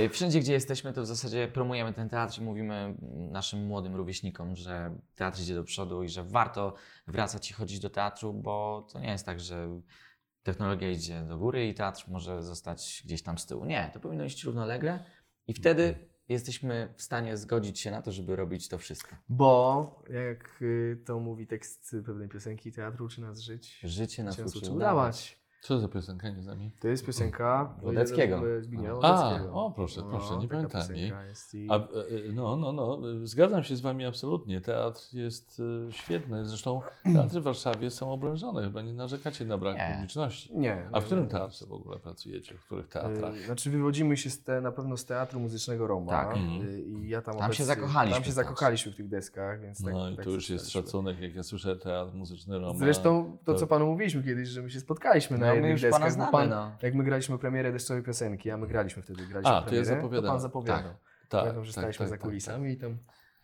wszędzie, gdzie jesteśmy, to w zasadzie promujemy ten teatr i mówimy naszym młodym rówieśnikom, że teatr idzie do przodu i że warto wracać i chodzić do teatru, bo to nie jest tak, że technologia idzie do góry i teatr może zostać gdzieś tam z tyłu. Nie, to powinno iść równolegle i wtedy jesteśmy w stanie zgodzić się na to, żeby robić to wszystko. Bo, jak y, to mówi tekst pewnej piosenki, teatr uczy nas żyć. Życie nas Się nas uczy uczy udawać. udawać. Co za piosenka nie znamy? To jest piosenka Wodeckiego. o ile dobrze Zbigniewa Mm. A, Wodeckiego. No, o, proszę, proszę, nie taka pamiętałem jej. piosenka jest i- A, e, e, no, no, no, e, zgadzam się z Wami absolutnie. Teatr jest e, świetny. Zresztą teatry w Warszawie są oblężone, chyba nie narzekacie na brak Nie. publiczności. Nie. A w nie, którym nie. teatrze w ogóle pracujecie? W których teatrach? Y, Znaczy wywodzimy się z te, na pewno z Teatru Muzycznego Roma. Tak. Y, Mhm. I ja tam, Tam obecnie- się zakochaliśmy Tam się w teatrze. zakochaliśmy w tych deskach, więc tak, No i tak tu już jest zostaliśmy. szacunek, jak ja słyszę teatr muzyczny Roma. Zresztą to, to- co panu mówiliśmy kiedyś, że my się spotkaliśmy na No, my jednych już deskach. pana bo znamy, pan, no. Jak my graliśmy premierę deszczowej piosenki, a my graliśmy wtedy, graliśmy A, to ja premierę, to zapowiadałem. Tak, pan zapowiadał. Pamiętam, że staliśmy za kulisami i tam...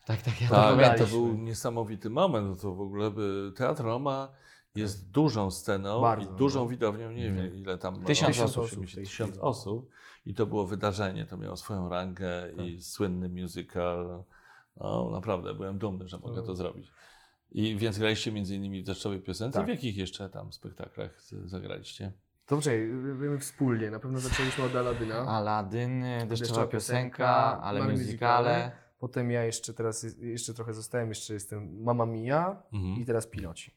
Tak, tak, ja Tak, Opowiadaliśmy. to był niesamowity moment. no To w ogóle by Teatr Roma jest dużą sceną Tak. Bardzo, i dużą no. widownią. Nie wiem, ile tam ma- Tysiąc osób, osób w tej oczywiście, chwili. tysiąc osób. I to było wydarzenie. To miało swoją rangę i Tak. słynny musical. No, naprawdę, byłem dumny, że mogę No. to zrobić. I więc graliście między innymi w deszczowej piosence. Tak. W jakich jeszcze tam spektaklach z- zagraliście? Dobrze, robimy wspólnie. Na pewno zaczęliśmy od Aladyna. Aladdin, deszczowa, Deszczowa piosenka, piosenka, ale mamy musicale. musicale. Potem ja jeszcze teraz, jeszcze trochę zostałem, jeszcze jestem Mama Mia i Mhm. teraz Piloci.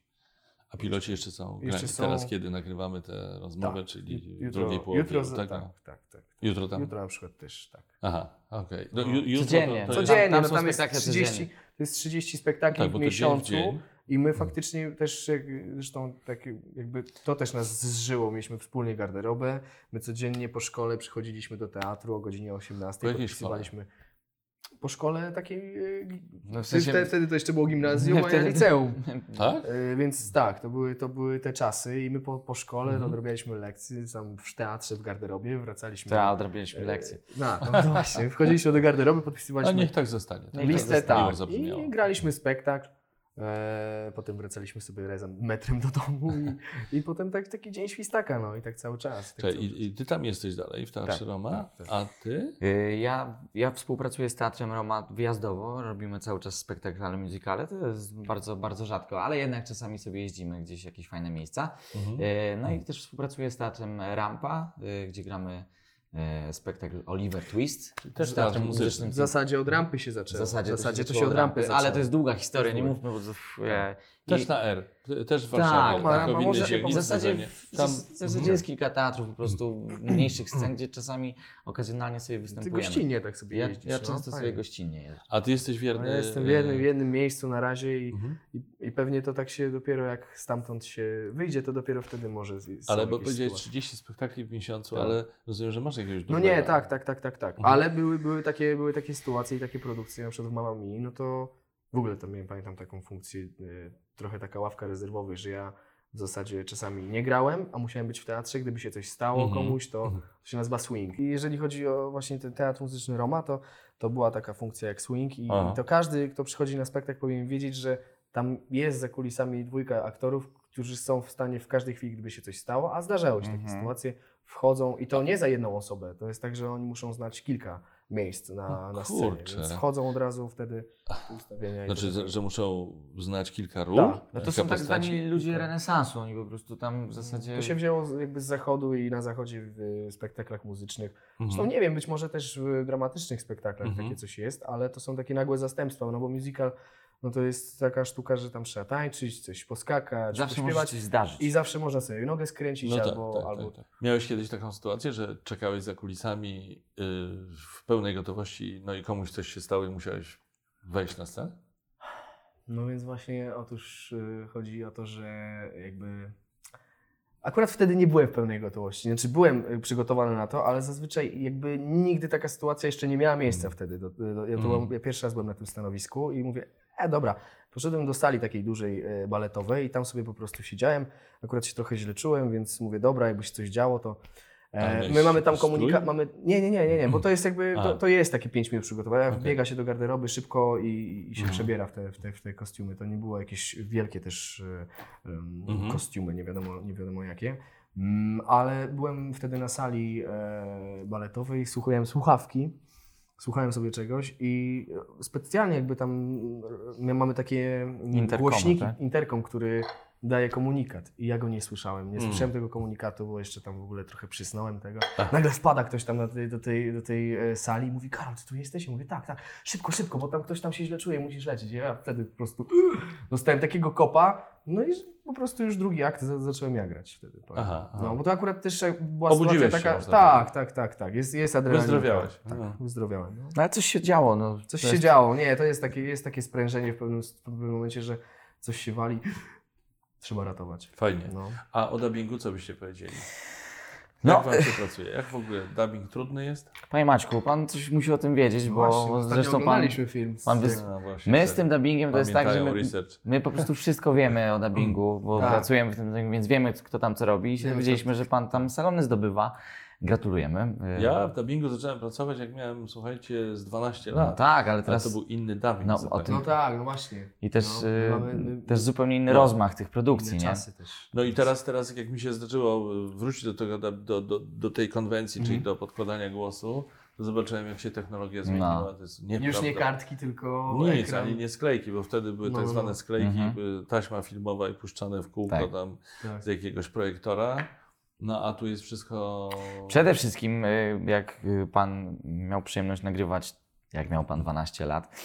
A piloci jeszcze są. Jeszcze grani. są- Tak. Teraz, kiedy nagrywamy tę rozmowę, czyli w drugiej połowie jutro, tak, lutego. tak, tak, tak. Jutro tam. Jutro na przykład też, tak. Aha, okej. No, No. ju- jutro Codziennie. to- to jest- Codziennie, tam no są tam jest spektakle 30, codziennie. to jest 30 spektakli Tak, bo w to dzień w miesiącu. dzień. I my Mhm. faktycznie też, jak- zresztą tak jakby to też nas zżyło, mieliśmy wspólnie garderobę, my codziennie po szkole przychodziliśmy do teatru o godzinie 18, Po jakiej podpisywaliśmy po szkole takiej, y, No, w wtedy, sensie, wtedy to jeszcze było gimnazjum, a ja Wtedy- *laughs* liceum, Tak? Y, więc tak, to były, to były te czasy i my po, po szkole Mhm. odrobialiśmy lekcje, tam w teatrze, w garderobie, wracaliśmy. to ja odrobiliśmy lekcje. No No, *laughs* no właśnie, wchodziliśmy do garderoby, A podpisywaliśmy niech tak zostanie. Tak, listę, tak. Miło tak. zabrzmiało. I graliśmy spektakl. E, potem wracaliśmy sobie razem metrem do domu i, i potem tak, taki dzień świstaka, no i tak cały czas. Tak Czekaj, cały czas. i, I ty tam jesteś dalej w Teatrze Tak, Roma, tak, tak. a ty? Y, Ja, ja współpracuję z Teatrem Roma wyjazdowo, robimy cały czas spektaklary musicale, to jest bardzo, bardzo rzadko, ale jednak czasami sobie jeździmy gdzieś w jakieś fajne miejsca. Y, No i też współpracuję z Teatrem Rampa, y, gdzie gramy y, spektakl Oliver Twist. też z teatr muzyczny. W zasadzie od rampy się W zaczęło. zasadzie, to się od rampy zaczęło. Ale to jest długa historia, nie Długa. mówmy, bo to... e, i- Też na R, te- też w Tak, mhm. Warszawie. ma- ma- tak, może- się w W zasadzie, w, Tam, w zasadzie jest kilka teatrów, po prostu mniejszych scen, gdzie czasami okazjonalnie sobie Ty występujemy. gościnnie tak sobie Ja, jeździsz. ja no, często fajnie. sobie gościnnie jeżdżę. a ty jesteś wierny. No, ja jestem e, wierny w jednym miejscu na razie i, mhm. i, i pewnie to tak się dopiero jak stamtąd się wyjdzie, to dopiero wtedy może z- są Ale bo jakieś powiedziałeś sytuacje. 30 spektakli w miesiącu, Tak. ale rozumiem, że masz jakiegoś No drugiego. nie, tak, tak, tak, tak, tak. Mhm. Ale były, były, takie, były takie sytuacje i takie produkcje, na przykład w Mamma Mia, no to w W ogóle tam miałem, pamiętam taką funkcję, y, trochę taka ławka rezerwowych, że ja w zasadzie czasami nie grałem, a musiałem być w teatrze, gdyby się coś stało Mhm. komuś, to to się nazywa swing. I jeżeli chodzi o właśnie ten teatr muzyczny Roma, to, to była taka funkcja jak swing i, Aha. i to każdy, kto przychodzi na spektakl powinien wiedzieć, że tam jest za kulisami dwójka aktorów, którzy są w stanie w każdej chwili, gdyby się coś stało, a zdarzały się takie Mhm. sytuacje, wchodzą i to nie za jedną osobę, to jest tak, że oni muszą znać kilka miejsc na, O na scenie, No kurczę. więc wchodzą od razu wtedy w ustawienia. i Znaczy, to- że, że muszą znać kilka ról? Mhm. Tak. No to Kilka są tak postaci? zwani ludzie renesansu, oni po prostu tam w zasadzie... To się wzięło z- jakby z zachodu i na zachodzie w y, spektaklach muzycznych. Zresztą Mhm. nie wiem, być może też w dramatycznych spektaklach Mhm. takie coś jest, ale to są takie nagłe zastępstwa, no bo musical no to jest taka sztuka, że tam trzeba tańczyć, coś poskakać, Zawsze może pośpiewać coś zdarzyć. i zawsze można sobie nogę skręcić No tak, albo... tak, albo... tak, tak. Miałeś kiedyś taką sytuację, że czekałeś za kulisami y, w pełnej gotowości, no i komuś coś się stało i musiałeś wejść na scenę? No więc właśnie otóż y, chodzi o to, że jakby... Akurat wtedy nie byłem w pełnej gotowości, znaczy byłem y, przygotowany na to, ale zazwyczaj jakby nigdy taka sytuacja jeszcze nie miała miejsca wtedy. Do, do, ja, to Mhm. byłem, ja pierwszy raz byłem na tym stanowisku i mówię, e dobra, poszedłem do sali takiej dużej e, baletowej i tam sobie po prostu siedziałem, akurat się trochę źle czułem, więc mówię, dobra, jakby się coś działo, to... Ale E, my miałeś mamy tam strój? komunikat, mamy... Nie, nie, nie, nie, nie, bo to jest jakby, A. to, to jest takie 5 minut przygotowania, Okej. wbiega się do garderoby szybko i, i się Mhm. przebiera w te, w, te, w te kostiumy. To nie było jakieś wielkie też e, em, Mhm. kostiumy, nie wiadomo, nie wiadomo jakie. Mm, Ale byłem wtedy na sali e, baletowej, słuchałem słuchawki, słuchałem sobie czegoś i specjalnie jakby tam e, mamy takie mm, Interkomy, głośniki, tak? interkom, który daje komunikat i ja go nie słyszałem, nie Mm. słyszałem tego komunikatu, bo jeszcze tam w ogóle trochę przysnąłem tego. Tak. Nagle wpada ktoś tam na tej, do, tej, do tej e, sali i mówi, Karol, ty tu jesteś? I mówię, tak, tak, szybko, szybko, bo tam ktoś tam się źle czuje, musisz lecieć. I ja wtedy po prostu *clears throat* dostałem takiego kopa, no i po prostu już drugi akt za- zacząłem ja grać wtedy. powiem. Aha, aha. No, bo to akurat też jak była Obudziłeś sytuacja się, taka, można tak, tak, tak, tak, jest, jest adrenalina. Wyzdrowiałeś. Tak, No. wyzdrowiałem. No. No ale coś się działo, no. Coś To się jest- działo, nie, to jest takie, jest takie sprężenie w pewnym, w pewnym momencie, że coś się wali, trzeba ratować. Fajnie. No. A o dubbingu co byście powiedzieli? Jak No, wam się pracuje? Jak w ogóle dubbing trudny jest? panie Maćku, pan coś musi o tym wiedzieć, bo ostatnio zresztą pan... oglądaliśmy film. z pan tym. wys- No właśnie, My z tak. tym dubbingiem to jest tak, że Pamiętają my, research. my po prostu wszystko wiemy o dubbingu, bo Tak. pracujemy w tym, dubbingu, więc wiemy, kto tam co robi i się Wiemy, dowiedzieliśmy, że pan tam salony zdobywa. Gratulujemy. Y, Ja w dubbingu zacząłem pracować, jak miałem, słuchajcie, z 12 No lat. tak, ale Teraz teraz... to był inny dubbing. No, o zupełnie. tym- No tak, no właśnie. I też, No, y, mamy- też zupełnie inny no. rozmach tych produkcji, Inne nie? czasy też. No i teraz, teraz jak mi się zdarzyło wrócić do, tego, do, do, do tej konwencji, Mhm. czyli do podkładania głosu, to zobaczyłem, jak się technologia zmieniła. No. To jest nieprawda. Już nie kartki, tylko Nic, ekran. ani nie sklejki, bo wtedy były No, tak no, zwane no. sklejki, Mhm. były taśma filmowa i puszczane w kółko Tak. tam Tak. z jakiegoś projektora. No a tu jest wszystko... Przede wszystkim, y, jak y, pan miał przyjemność nagrywać, jak miał pan 12 *laughs* lat,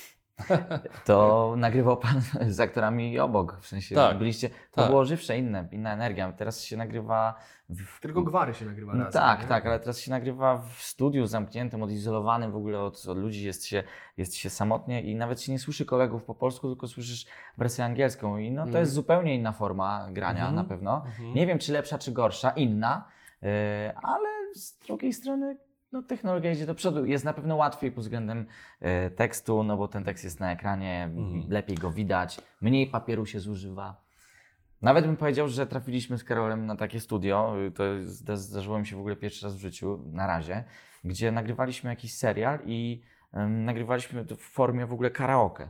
to nagrywał pan *laughs* z aktorami obok. W sensie Tak, byliście. To tak. było żywsze, inne, inna energia. Teraz się nagrywa. W... Tylko gwary się nagrywa No razem. tak, nie? tak, ale teraz się nagrywa w studiu zamkniętym, odizolowanym w ogóle od, od ludzi, jest się, jest się samotnie i nawet się nie słyszy kolegów po polsku, tylko słyszysz wersję angielską i no to Mhm. jest zupełnie inna forma grania Mhm. na pewno. Mhm. Nie wiem, czy lepsza, czy gorsza, inna, yy, ale z drugiej strony no, technologia idzie do przodu. Jest na pewno łatwiej pod względem yy, tekstu, no bo ten tekst jest na ekranie, Mhm. lepiej go widać, mniej papieru się zużywa. Nawet bym powiedział, że trafiliśmy z Karolem na takie studio, yy, to zda- zdarzyło mi się w ogóle pierwszy raz w życiu, na razie, gdzie nagrywaliśmy jakiś serial i yy, nagrywaliśmy to w formie w ogóle karaoke.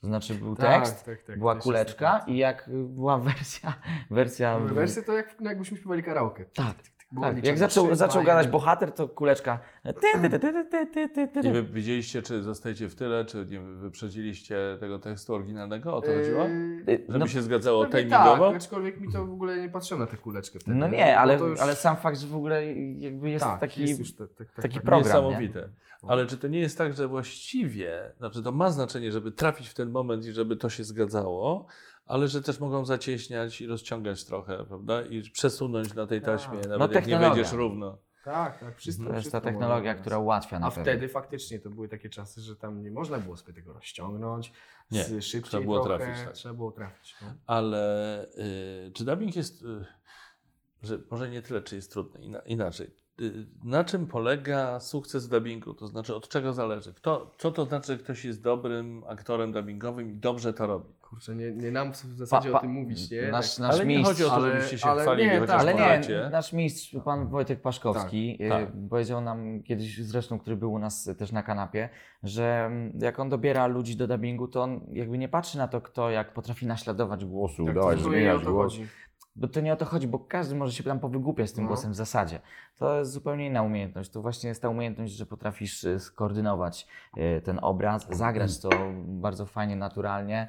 To znaczy był Tak, tekst, tak, tak, była to się kuleczka i jak y, była wersja, wersja zgadza. Wersje No, to jak, jakbyśmy śpiewali karaoke. tak, Było tak. liczone Jak zaczął, trzy, zaczął dwa, gadać jeden. bohater, to kuleczka. Ty, ty, ty, ty, ty, ty, ty, ty, I wy ty. widzieliście, czy zostajecie w tyle, czy nie wiem, wyprzedziliście tego tekstu oryginalnego? O to chodziło? Yy, Y, Żeby No, się zgadzało pewnie timingowo? Tak, aczkolwiek mi to w ogóle nie patrzyło na tę kuleczkę wtedy. no bo nie, ale, to już- ale sam fakt, że w ogóle jakby jest tak, taki... jest już te- te- te- taki tak. program, No. Niesamowite. Ale czy to nie jest tak, że właściwie, znaczy to ma znaczenie, żeby trafić w ten moment i żeby to się zgadzało, ale że też mogą zacieśniać i rozciągać trochę, prawda? I przesunąć na tej Tak. taśmie, No nawet jak nie technologia. wejdziesz równo. Tak, tak, wszystko. To jest ta wszystko technologia, można która teraz. ułatwia na A pewno. wtedy faktycznie to były takie czasy, że tam nie można było sobie tego rozciągnąć. Nie, z- szybciej trzeba było trochę, trafić, tak. Trzeba było trafić. No. Ale y, czy dubbing jest, y, że może nie tyle, czy jest trudny, ina- inaczej. y, na czym polega sukces w dubbingu? To znaczy, od czego zależy? Kto, co to znaczy, ktoś jest dobrym aktorem dubbingowym i dobrze to robi? Kurczę, nie, nie nam w zasadzie Pa- o tym mówić, nie? Nasz, Tak. nasz ale nie mistrz. chodzi o to, ale- żebyście się ale chwalili, nie, chociaż tak, Ale nie, możecie. nasz mistrz, pan Wojtek Paszkowski, Tak, y, powiedział nam kiedyś zresztą, który był u nas też na kanapie, że mm, jak on dobiera ludzi do dubbingu, to on jakby nie patrzy na to, kto jak potrafi naśladować głosu, Tak, dawaj, tylko nie o zmieniać to głos. chodzi. Bo to nie o to chodzi, bo każdy może się tam powygłupiać z tym No. głosem w zasadzie. To jest zupełnie inna umiejętność. To właśnie jest ta umiejętność, że potrafisz y, skoordynować y, ten obraz, zagrać to bardzo fajnie, naturalnie,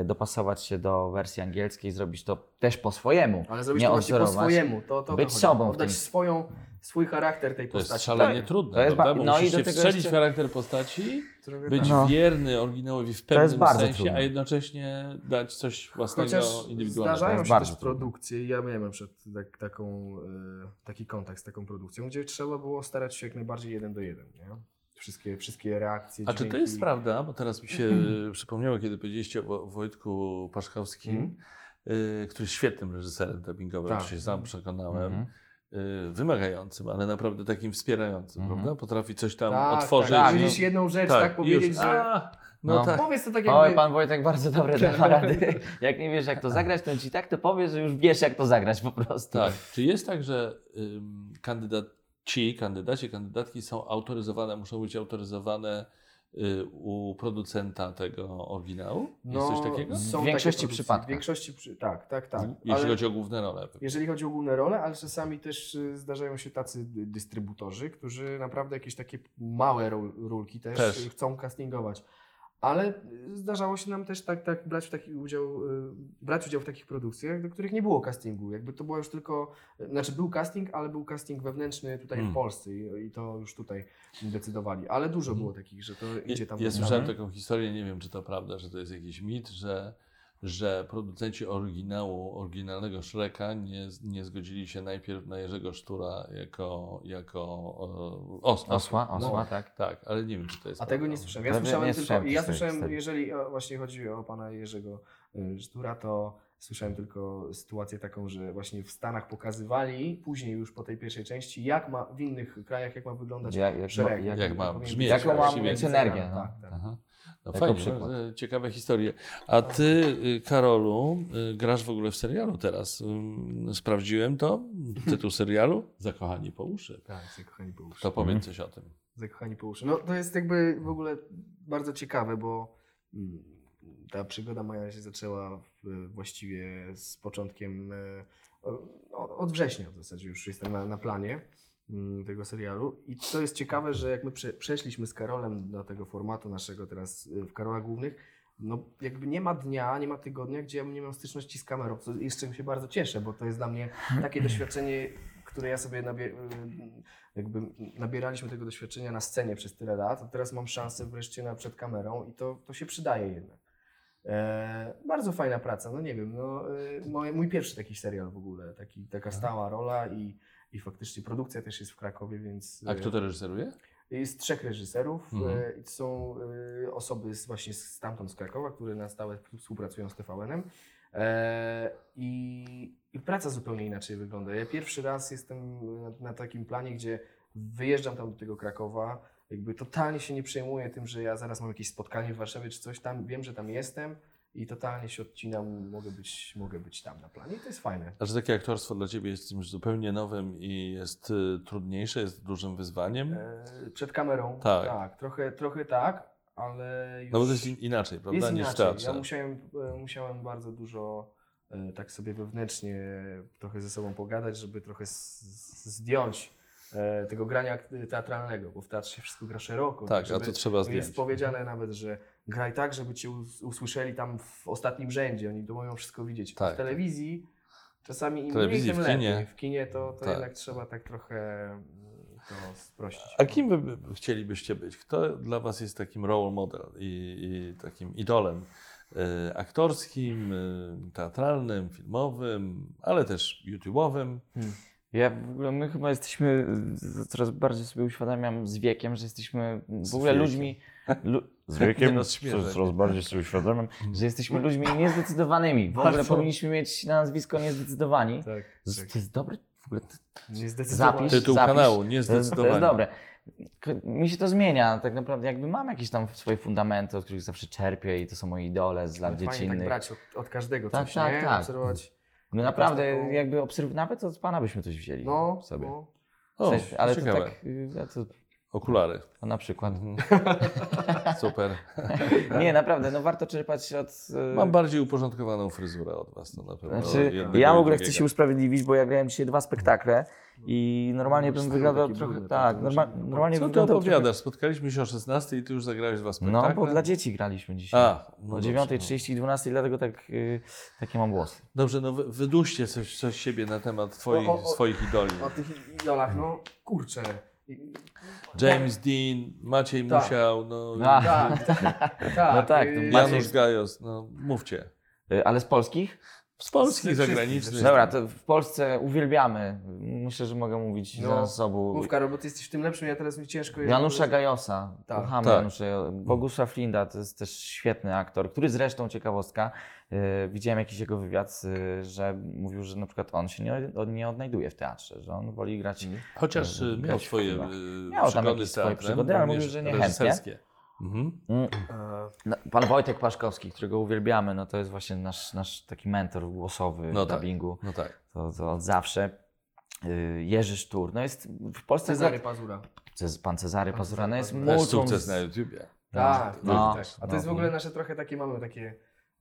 y, dopasować się do wersji angielskiej, zrobić to też po swojemu. Ale zrobić nie to właśnie po odwzorować. swojemu. To, to, Być to chodzi. sobą w Oddać tym. swoją, swój charakter tej To jest postaci. tak. szalenie To trudne, jest prawda? ba- Bo no i musisz do się tego wstrzelić jeszcze- w charakter postaci, Trochę być tak. No. wierny oryginałowi w pewnym bardzo sensie, trudne. a jednocześnie dać coś własnego, Chociaż indywidualnego. To zdarzają jest się bardzo też trudne. produkcje, ja miałem na przykład tak, taką, e, taki kontakt z taką produkcją, gdzie trzeba było starać się jak najbardziej jeden do jeden, nie? Wszystkie, wszystkie reakcje, A czy to dźwięki. jest prawda, bo teraz mi się y, *clears throat* przypomniało, kiedy powiedzieliście o Wo- Wojtku Paszkowskim, Mhm. y, który jest świetnym reżyserem dubbingowym, Tak. tak. się sam przekonałem, Mhm. y, wymagającym, ale naprawdę takim wspierającym, Mhm. prawda? Potrafi coś tam Tak, otworzyć. Tak, no. Widzisz jedną rzecz, tak, powiedzieć, już. że... A, no, No. tak. Powiedz to tak Oj, jakby... pan Wojtek bardzo dobre da rady. Jak nie wiesz, jak to zagrać, to ci tak to powie, że już wiesz, jak to zagrać po prostu. tak. Czy jest tak, że ym, kandydaci, kandydaci, kandydatki są autoryzowane, muszą być autoryzowane y, u producenta tego oryginału? Jest coś takiego? Mm, z- są W większości takie produkcje. przypadkach. W większości, przy... tak, tak, No, tak. Jeśli Ale- chodzi o główne role. Jeżeli chodzi o główne role, ale czasami też y, zdarzają się tacy dy- dystrybutorzy, którzy naprawdę jakieś takie małe ról- rulki też, Też. y, chcą castingować. Ale y, zdarzało się nam też tak, tak brać, w taki udział, y, brać udział w takich produkcjach, do których nie było castingu. Jakby to było już tylko, znaczy był casting, ale był casting wewnętrzny tutaj Mm. w Polsce i, i to już tutaj decydowali. Ale dużo Mhm. było takich, że to idzie tam. ja naprawdę. słyszałem taką historię, nie wiem czy to prawda, że to jest jakiś mit, że, że producenci oryginału, oryginalnego Shreka nie, nie zgodzili się najpierw na Jerzego Sztura jako, jako e, osła. Osła, osła, No, tak. Tak, ale nie wiem czy to jest A tego prawda. nie słyszałem. Ja Prawie słyszałem nie tylko. słyszałem ja też tej słyszałem, historii. jeżeli o, właśnie chodzi o pana Jerzego y, Sztura, to słyszałem tylko sytuację taką, że właśnie w Stanach pokazywali później już po tej pierwszej części, jak ma w innych krajach, jak ma wyglądać Jak- jak ma- szereg. jak- jak ma powinien brzmieć, być jaką ma szereg. mieć energię, no. Tak, tak. Aha. No Jako fajnie, przykład. bardzo ciekawe historie. A ty, y, Karolu, y, grasz w ogóle w serialu teraz. Ym, Sprawdziłem *laughs* to, tytuł serialu, Zakochani po uszy. Tak, zakochani po uszy. To powiedz Mhm. coś o tym. Zakochani po uszy. No to jest jakby w ogóle bardzo ciekawe, bo mm, ta przygoda moja się zaczęła w- właściwie z początkiem, e, o- od września w zasadzie już jestem na, na planie mm, tego serialu. I co jest ciekawe, że jak my prze, przeszliśmy z Karolem do tego formatu naszego teraz e, w Karolach Głównych, no jakby nie ma dnia, nie ma tygodnia, gdzie ja nie mam styczności z kamerą, co, i z czym się bardzo cieszę, bo to jest dla mnie takie doświadczenie, które ja sobie nabie, y, jakby nabieraliśmy tego doświadczenia na scenie przez tyle lat, a teraz mam szansę wreszcie na przed kamerą i to, to się przydaje jednak. E, bardzo fajna praca, no nie wiem, no, e, moje, mój pierwszy taki serial w ogóle, taki, Tak. taka stała rola i, i faktycznie produkcja też jest w Krakowie, więc... A e, kto to reżyseruje? jest trzech reżyserów. Mhm. e, i to są e, osoby z, właśnie stamtąd z Krakowa, które na stałe współpracują z TVN-em. E, i, I praca zupełnie inaczej wygląda. Ja pierwszy raz jestem na, na takim planie, gdzie wyjeżdżam tam do tego Krakowa. Jakby totalnie się nie przejmuję tym, że ja zaraz mam jakieś spotkanie w Warszawie czy coś tam. Wiem, że tam jestem i totalnie się odcinam. Mogę być, mogę być tam na planie i to jest fajne. A że takie aktorstwo dla Ciebie jest czymś zupełnie nowym i jest y, trudniejsze, jest dużym wyzwaniem? E, przed kamerą. Tak. trochę, trochę tak, ale. Już... No bo to jest in- inaczej, prawda, Jest niż w inaczej. teatrze. Ja musiałem, e, musiałem bardzo dużo e, tak sobie wewnętrznie trochę ze sobą pogadać, żeby trochę s- s- zdjąć e, tego grania ak- teatralnego, bo w teatrze się wszystko gra szeroko. Tak, a żeby- to trzeba zdjąć. Jest powiedziane nawet, że graj tak, żeby cię us- usłyszeli tam w ostatnim rzędzie, oni to mają wszystko widzieć. A Tak. w telewizji czasami im telewizji, mniej, tym w kinie. lepiej. W kinie to, to Tak. jednak trzeba tak trochę mm, to sprościć. A kim wy by- chcielibyście być? Kto dla Was jest takim role model i, i takim idolem y, aktorskim, y, teatralnym, filmowym, ale też YouTube'owym? Ja w ogóle, my chyba jesteśmy, y, coraz bardziej sobie uświadamiam z wiekiem, że jesteśmy w Z ogóle wiekiem. ludźmi... Lu, Z wiekiem? Nie no, śmieszek. coraz, coraz bardziej sobie uświadamiam, że jesteśmy ludźmi niezdecydowanymi. W Bardzo. ogóle powinniśmy mieć na nazwisko niezdecydowani. Tak, Z- To jest dobre ogóle Nie Zapisz. Tytuł zapisz. kanału, To jest, to niezdecydowanie. jest dobre. K- Mi się to zmienia. Tak naprawdę jakby mam jakieś tam swoje fundamenty, od których zawsze czerpię i to są moje idole z lat Fajnie tak dziecinnych. brać od, od każdego Tak, coś, tak, nie? tak. Obserwować. No naprawdę, taką- jakby obserw... nawet od pana byśmy coś wzięli No, sobie. no. O, W sensie, ale to ciekawe. tak, y, a to, Okulary. a na przykład. *laughs* Super. Nie, naprawdę, no warto czerpać od... y, Tak. Mam bardziej uporządkowaną fryzurę od was, to na pewno. Znaczy, jednego ja i w ogóle chcę No, drugiego. się usprawiedliwić, bo ja grałem dzisiaj dwa spektakle i No, normalnie bym Stary, wyglądał taki trochę... brudny, Tak, taki norma, brudny. normalnie Co ty wyglądał trochę- opowiadasz? Spotkaliśmy się o 16 i ty już zagrałeś dwa spektakle? No, bo dla dzieci graliśmy dzisiaj. A, o no dobrze, no. 9.30 i 12, dlatego tak, y, takie mam głosy. Dobrze, no wy- wyduście coś, coś siebie na temat twoich, O, o, o. swoich idoli. O tych idolach, no kurczę. I- James Tak. Dean, Maciej Tak. Musiał, no, A. *laughs* Tak, tak. No tak, to y, Janusz Maciej- Gajos, no mówcie. Y, Ale z polskich? Z polskich, wszystkich, zagranicznych. Dobra, to w Polsce uwielbiamy. Myślę, że mogę mówić No, za sobą. Mówka, no bo ty jesteś w tym lepszym, ja teraz mi ciężko... jest- Janusza Gajosa, Tak. kochamy Tak. Janusza. Bogusław Flinda to jest też świetny aktor, który zresztą ciekawostka, yy, widziałem jakiś jego wywiad, yy, że mówił, że na przykład on się nie, od, nie odnajduje w teatrze, że on woli grać. Mhm. Chociaż y, miał Grać w swoje filmach. y, no, Miał tam przygody jakieś z swoje teatrem, przygody, ale mówił, również że niechętnie. reżyserskie. Mhm. Mm, E, No, pan Wojtek Paszkowski, którego uwielbiamy, no to jest właśnie nasz, nasz taki mentor głosowy No w tak. dubbingu, No tak. to, to od zawsze. Yy, Jerzy Sztur, no jest w Polsce Cezary Pazura. Cez, pan Cezary Pan Pazura, no jest Cezary Też multum sukces na YouTubie. Tak, No, tak. A to no. jest w ogóle nasze trochę takie, mamy takie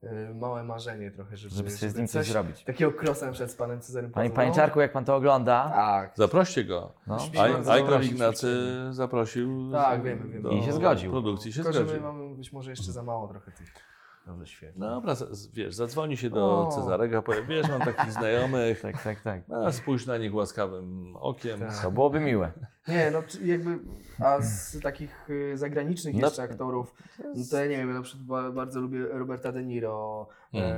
y, małe marzenie trochę, żeby, żeby sobie z nim coś zrobić. Takiego krosa na przykład z panem Cezarym Panie Pazurą. Paniczarku, jak pan to ogląda, Tak. Zaproście go. no, Śmiech. Aj- bardzo Ajkor zaprosił, Ignacy zaprosił. Tak, z- wiemy, wiemy. do I się zgodził. Produkcji się Tylko, że my zgodził. mamy być może jeszcze za mało trochę tych nowych świetnych. Dobra, z- z- wiesz, zadzwoni się do O. Cezarego, powie, wiesz, mam takich znajomych, tak, tak, tak. a spójrz na nich łaskawym okiem. Tak. To byłoby miłe. Nie, no czy jakby, a z takich y, zagranicznych No- jeszcze aktorów, no to ja nie wiem, ja na przykład ba- bardzo lubię Roberta De Niro, Mm. e,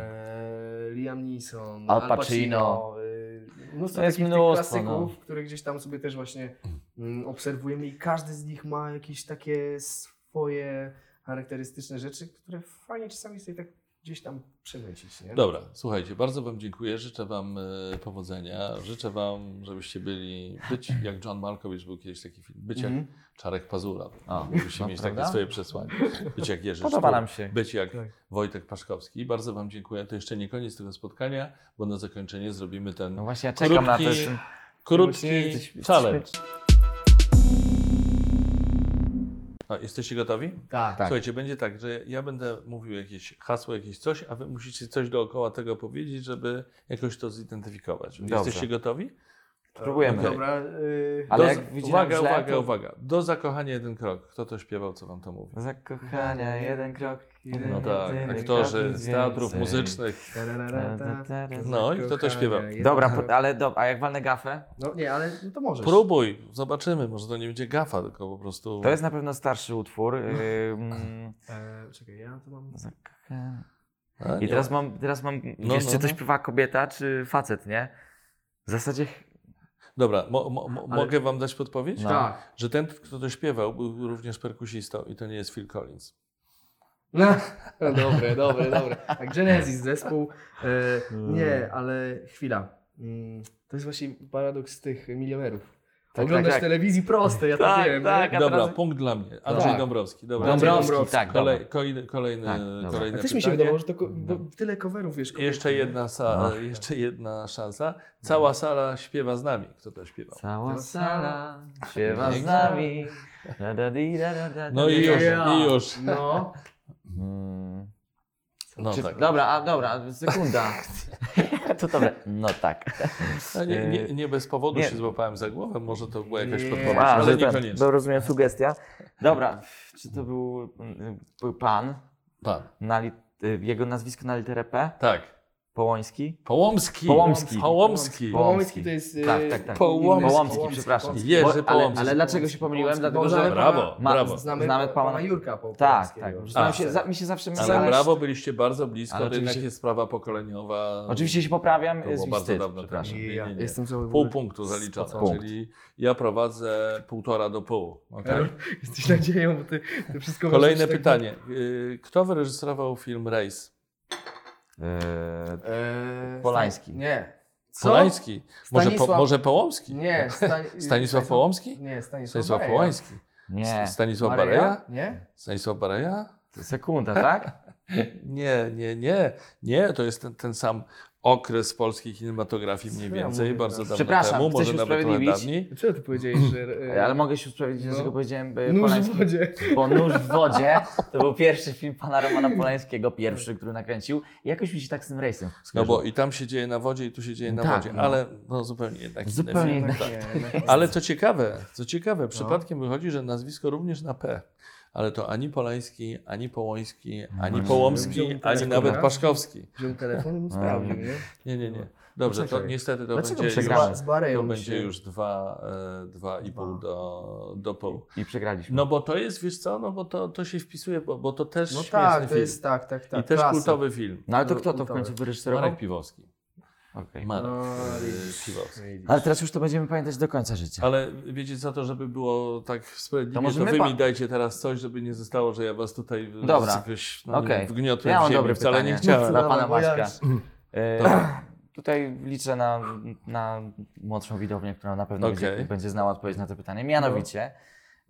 Liam Neeson, Al Al Pacino. Pacino, y, mnóstwo To jest takich mnóstwo, tych klasyków, które gdzieś tam sobie też właśnie mm, obserwujemy i każdy z nich ma jakieś takie swoje charakterystyczne rzeczy, które fajnie czasami sobie tak gdzieś tam przemycić, nie? Dobra, słuchajcie, bardzo Wam dziękuję, życzę Wam e, powodzenia, życzę Wam, żebyście byli, *clears throat* być jak John Malkowicz był kiedyś taki film, być jak Mhm. Czarek Pazura, O, musicie no, mieć prawda? takie swoje przesłanie, być jak Jerzy Podoba Sztur, nam się. być jak Tak. Wojtek Paszkowski. Bardzo Wam dziękuję, to jeszcze nie koniec tego spotkania, bo na zakończenie zrobimy ten No właśnie, ja czekam na to. Krótki- jestem- krótki jesteś- challenge. O, jesteście gotowi? Tak, Tak. Słuchajcie, będzie tak, że ja będę mówił jakieś hasło, jakieś coś, a wy musicie coś dookoła tego powiedzieć, żeby jakoś to zidentyfikować. Dobrze. Jesteście gotowi? Spróbujemy. Okej. Dobra, y, Ale Do- jak widzimy uwaga, źle, uwaga, to- uwaga. Do zakochania jeden krok. Kto to śpiewał, co wam to mówi? Zakochania, jeden krok. Jeden No tak, jedyny krok, aktorzy nic z teatrów więcej. muzycznych. tarararata. No i kto to śpiewa? Dobra, po, ale do, a jak walnę gafę? No nie, ale no to możesz. Próbuj, zobaczymy, może to nie będzie gafa, tylko po prostu... To jest na pewno starszy utwór. No. Ym, E, czekaj, ja to mam. zakochania. A, nie I teraz mam, teraz mam No, wiesz, no, czy to no. śpiewa kobieta, czy facet, nie? W zasadzie ch- tak, Dobra, mo, mo, mo, Ale- mogę wam dać podpowiedź? No. Tak. Że ten, kto to śpiewał, był również perkusistą i to nie jest Phil Collins. No, *laughs* dobre, dobre, dobre. Tak, Genesis zespół. E, Hmm. nie, ale chwila. Mm, To jest właśnie paradoks tych milionerów. Tak, Oglądasz tak, tak. telewizji proste, ja to Tak, wiem. tak. nie? Dobra, teraz- punkt dla mnie. Andrzej Tak. Dąbrowski. Dobra. Dąbrowski, tak. Kolej, kolejny, kolejny, Tak, dobra. kolejne A też mi się pytanie. wydawało, że to ko- bo No. tyle coverów wiesz. kobiety, Jeszcze nie? jedna, sa- jeszcze jedna szansa. No. Cała sala śpiewa z nami. Kto to śpiewał? Cała Cała sala sala śpiewa z śpiewa. nami. Da, da, di, da, da, da, No da, i da. już, i już. *laughs* No. Mm. No Czy, tak. Dobra, a dobra, sekunda. *laughs* to dobre. No tak. No, nie, nie, nie bez powodu Nie. się złapałem za głowę. Może to była jakaś Nie. podpowiedź, A, ale że ten, niekoniecznie. *laughs* bo rozumiem sugestia. Dobra, czy to był y, pan, Pan. na li, y, jego nazwisko na literę P? Tak. Połoński? Połomski. Połomski. Połomski. Połomski. Połomski to jest. e, Tak, tak, tak. Połomski. Połomski, przepraszam. Połomski. Jerzy Bo- ale, Połomski. ale dlaczego się pomyliłem? Dlatego, Bo że... znamy Brawo, pana- Ma- brawo. Znamy, Znamy pana, pana- Jurka po Tak, polskiego. tak. Że Znam A. się, za, mi się zawsze myli. Ale brawo, byliście bardzo blisko. Ale to jednak oczywiście- jest sprawa pokoleniowa. Oczywiście się poprawiam, To jest było mi bardzo wstyd, dawno temu. przepraszam. Nie, nie, Ja nie. Jestem cały w Pół ogóle- *laughs* punktu zaliczone, Punkt. czyli ja prowadzę półtora do pół. No tak. Karol, Jesteś nadzieją, bo ty, ty wszystko Kolejne możesz tak- pytanie. Y, Kto wyreżyserował film Race? Eee, Eee, Polański. Nie. Co? Polański. Może, po, Stanisław- może Połomski? Nie, Stanisław, Stanisław Połomski? Nie, Stanisław, Stanisław Bareja. Połański. Nie. S- Stanisław Bareja? Bareja? Nie? Stanisław Bareja? To sekunda, *laughs* tak? Nie, nie, nie. Nie, to jest ten, ten sam okres polskiej kinematografii mniej Co ja więcej, mówię, bardzo tak? dawno Przepraszam, temu, chcesz może nawet trochę usprawiedliwić? dawniej. Dlaczego ty powiedziałeś, *laughs* że... e, Ale mogę się usprawiedliwić, No. dlaczego powiedziałem e, Nóż Polański. w wodzie. Bo Nóż w *laughs* wodzie to był pierwszy film pana Romana Polańskiego, pierwszy, który nakręcił. I jakoś mi się tak z tym rejsem No skojarzyło. bo i tam się dzieje na wodzie, i tu się dzieje na Tak, wodzie, no. ale no, zupełnie jednak inne Zupełnie filmy. inne. Tak, *laughs* nie, nie. Ale co ciekawe, co ciekawe, No. przypadkiem wychodzi, że nazwisko również na P. Ale to ani Polański, ani Połoński, Mhm. ani nie. Połomski, Wziął ani telefon, nawet tak? Paszkowski. Wziął telefon i mu sprawdził, nie? Nie, nie, nie. Dobrze, to No, Poczekaj. niestety to Dlaczego będzie już, przegramy? Z to Bareją będzie się- już dwa, e, dwa i pół Dwa. do, do połu. I przegraliśmy. No bo to jest, wiesz co, no bo to, to się wpisuje, bo, bo to też No świetny tak, to film. jest tak, tak, tak. I też klasa. kultowy film. No ale to No, kto to w udało. końcu wyreżyserował? Marek Piwowski. Okej. Marek No, e, widzisz. Piwowski. Ale teraz już to będziemy pamiętać do końca życia. Ale wiecie co, to żeby było tak Tak. To sprawiedliwie, może to, my wy pa- mi dajcie teraz coś, żeby nie zostało, że ja was tutaj w- Dobra. jakoś no, Okej. okay. wgniotłem Ja ja mam w ziemię. dobre Wcale pytanie. nie chciałem. Dla No, pana bo ja Maćka. już- E, Tutaj liczę na, na młodszą widownię, która na pewno będzie, Okej. No. będzie znała odpowiedź na to pytanie. Mianowicie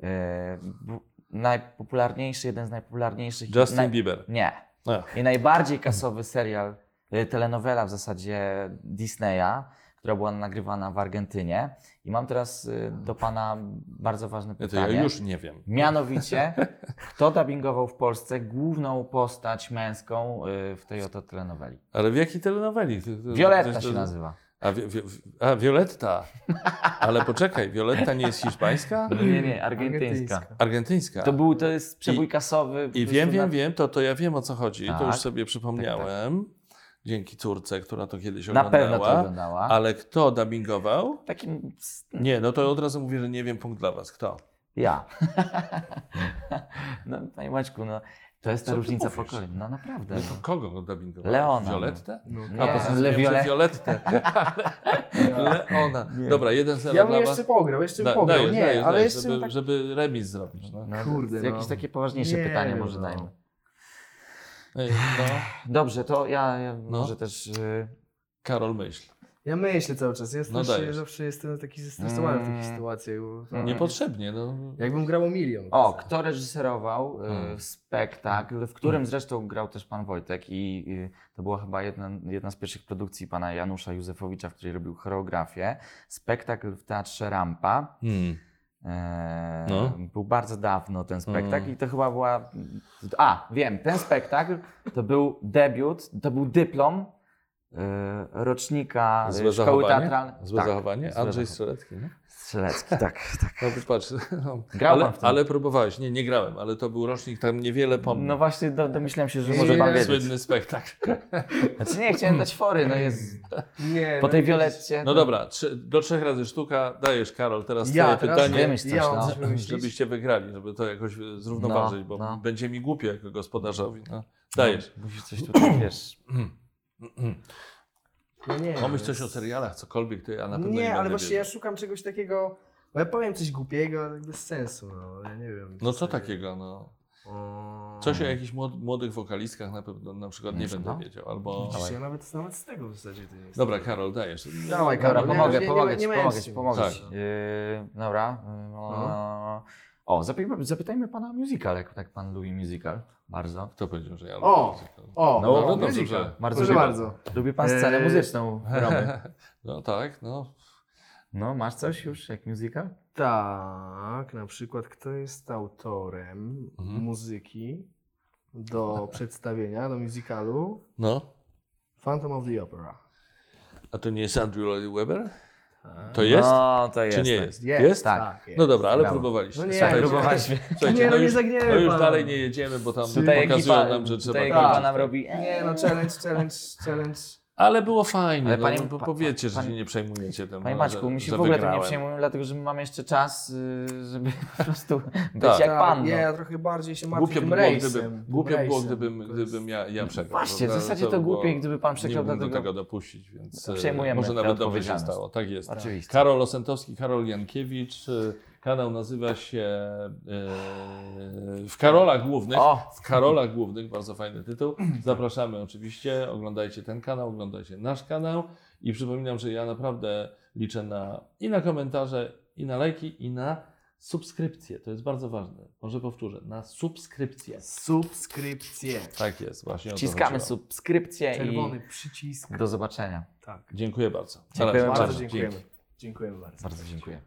e, bu- najpopularniejszy, jeden z najpopularniejszych... Justin naj- Bieber. No. Nie. A. I najbardziej kasowy serial, e, telenowela w zasadzie Disneya, która była nagrywana w Argentynie. I mam teraz e, do pana bardzo ważne Ja to pytanie. ja już nie wiem. Mianowicie, kto dubbingował w Polsce główną postać męską y, w tej oto telenoweli? Ale w jakiej telenoweli? To- to- Violetta to- to- się nazywa. A, wi- wi- a Violetta. Ale poczekaj, Violetta nie jest hiszpańska? Nie, nie, argentyńska. Argentyńska. To był, to jest przebój kasowy. po I prostu wiem, na- wiem, wiem, to, to ja wiem o co chodzi. To Tak. już sobie przypomniałem. Dzięki córce, która to kiedyś Na oglądała. pewno to oglądała. Ale kto dubbingował? Takim s- Nie, no to od razu mówię, że nie wiem punkt dla was. Kto? ja. *laughs* no, panie Maćku, no, to jest ta Co ty różnica mówisz? pokoleń. No naprawdę. No to No. kogo dubbingował? Leona. Violettę? No, Nie. A, bo Le zrozumiałem, że Violette. Violettę. Leona. Dobra, jeden zero Ja bym dla jeszcze was. pograł, jeszcze bym Da- pograł. dajesz, Nie, dajesz, ale dajesz, jeszcze żeby, bym tak... żeby remis zrobić. No. No, Kurde, Jakieś no. takie poważniejsze Nie, pytanie może no. dajmy. Ej, no. Dobrze, to ja, ja może też... y, Karol myśl. Ja myślę cały czas, ja No zawsze, dajesz. zawsze jestem taki zestresowany w Mm. takich sytuacjach. bo- Mm. Niepotrzebnie. No. Jakbym grał o milion. O, kto reżyserował y, Hmm. spektakl, w którym zresztą grał też pan Wojtek i y, to była chyba jedna, jedna z pierwszych produkcji pana Janusza Józefowicza, w której robił choreografię. Spektakl w Teatrze Rampa. Hmm. E, No. Był bardzo dawno ten spektakl Mm. i to chyba była... A, wiem, ten spektakl to był debiut, to był dyplom y, rocznika y, Złe szkoły zachowanie? teatralnej. Złe zachowanie? tak, złe Andrzej zachowanie. Strzelecki, nie? Strzelecki, *laughs* tak, tak. No patrz, no. Grał pan ale, w tym. ale próbowałeś. Nie, nie grałem, ale to był rocznik, tam niewiele pomnę. No właśnie, do, domyślam się, że Nie, może nie, pan nie, wiedzieć. Słynny *laughs* spektakl. Znaczy nie, chciałem dać fory, no jest... Nie, Po no tej widzisz. Violetcie... No dobra, trzy, do trzech razy sztuka. Dajesz, Karol, teraz Ja, twoje teraz pytanie. Wymyśl coś, Ja mam no. coś wymyślić. żebyście wygrali, żeby to jakoś e, zrównoważyć, No, bo no. będzie mi głupio jako gospodarzowi. No. Dajesz. Musisz coś tutaj, wiesz... *clears throat* Mm, No nie, Pomyśl coś no jest- o serialach, cokolwiek, to ja na pewno nie, Nie, będę ale właśnie wiedział. ja szukam czegoś takiego... Bo ja powiem coś głupiego, ale bez sensu, no. Ja nie wiem. No co takiego, no. O... Coś o jakichś młod- młodych wokalistkach na pewno na przykład nie Mm. No. będę wiedział, albo... Widzisz, ja nawet, nawet z tego w zasadzie to nie jest. Dobra, Karol, dajesz. Dawaj, Dobra, Karol, nie, pomogę, nie, nie pomogę ma- ci, nie ma pomogę jak ci, się- pomogę ci. Tak. Yy, Dobra. yy, No. O, zapytajmy, zapytajmy pana o musical, jak tak pan lubi musical. Bardzo. Kto powiedział, że ja... O! O, No, o, no dobrze, muzyka. że- Bardzo Proszę lubię. bardzo. Lubi pan scenę Eee. muzyczną *laughs* Romy. No tak, no. No, masz coś już jak musical? Tak, na przykład kto jest autorem Mhm. muzyki *laughs* do przedstawienia, do musicalu No. Phantom of the Opera. A to nie jest Andrew Lloyd Webber? Tak. To jest? No, to jest. Czy nie tak. jest? Jest, Jest? tak. jest. No dobra, ale Brawo. próbowaliście. No nie, Słuchajcie, Próbowaliśmy. *laughs* Słuchajcie, Nie, no no nie już, zagniewaj no już pana. dalej nie jedziemy, bo tam Tutaj pokazują nam, że trzeba... tutaj ekipa kończyć. nam robi... "E, Nie no, challenge, challenge, challenge. Ale było fajnie, Ale no, panie- bo pa- powiedzcie, że panie- się nie przejmujecie tym. Panie no, Maćku, że- my się że w ogóle tym wygrałem. nie przejmujemy, dlatego że my mamy jeszcze czas, yy, żeby po prostu być Tak. jak pan. Tak, No. Nie, ja trochę bardziej się martwię Głupio by tym było, rejsem. gdybym, tym głupio by było, rejsem. gdybym, To jest- gdybym ja, ja przegrał. Właśnie, w prawda? zasadzie to było- głupie, gdyby pan przegrał, Nie mógłbym do dlatego- No, tego dopuścić, więc e, Przejmujemy może tę nawet dobrze się odpowiedzialność. stało. Tak jest. Oczywiście. Karol Osentowski, Karol Jankiewicz. e, Kanał nazywa się e, W Karolach Głównych. O! W Mhm. Karolach *clears throat* Głównych, bardzo fajny tytuł. Zapraszamy oczywiście, oglądajcie ten kanał, oglądajcie nasz kanał I przypominam, że ja naprawdę liczę na, i na komentarze, i na lajki, i na subskrypcję. To jest bardzo ważne. Może powtórzę, na subskrypcję. Subskrypcje. Tak jest, właśnie. o to Wciskamy chodziło. subskrypcję Czerwony przycisk. i do zobaczenia. Tak. Dziękuję bardzo. Na Dziękujemy razie. Bardzo bardzo. dziękujemy. Dziękujemy bardzo. Bardzo dziękuję.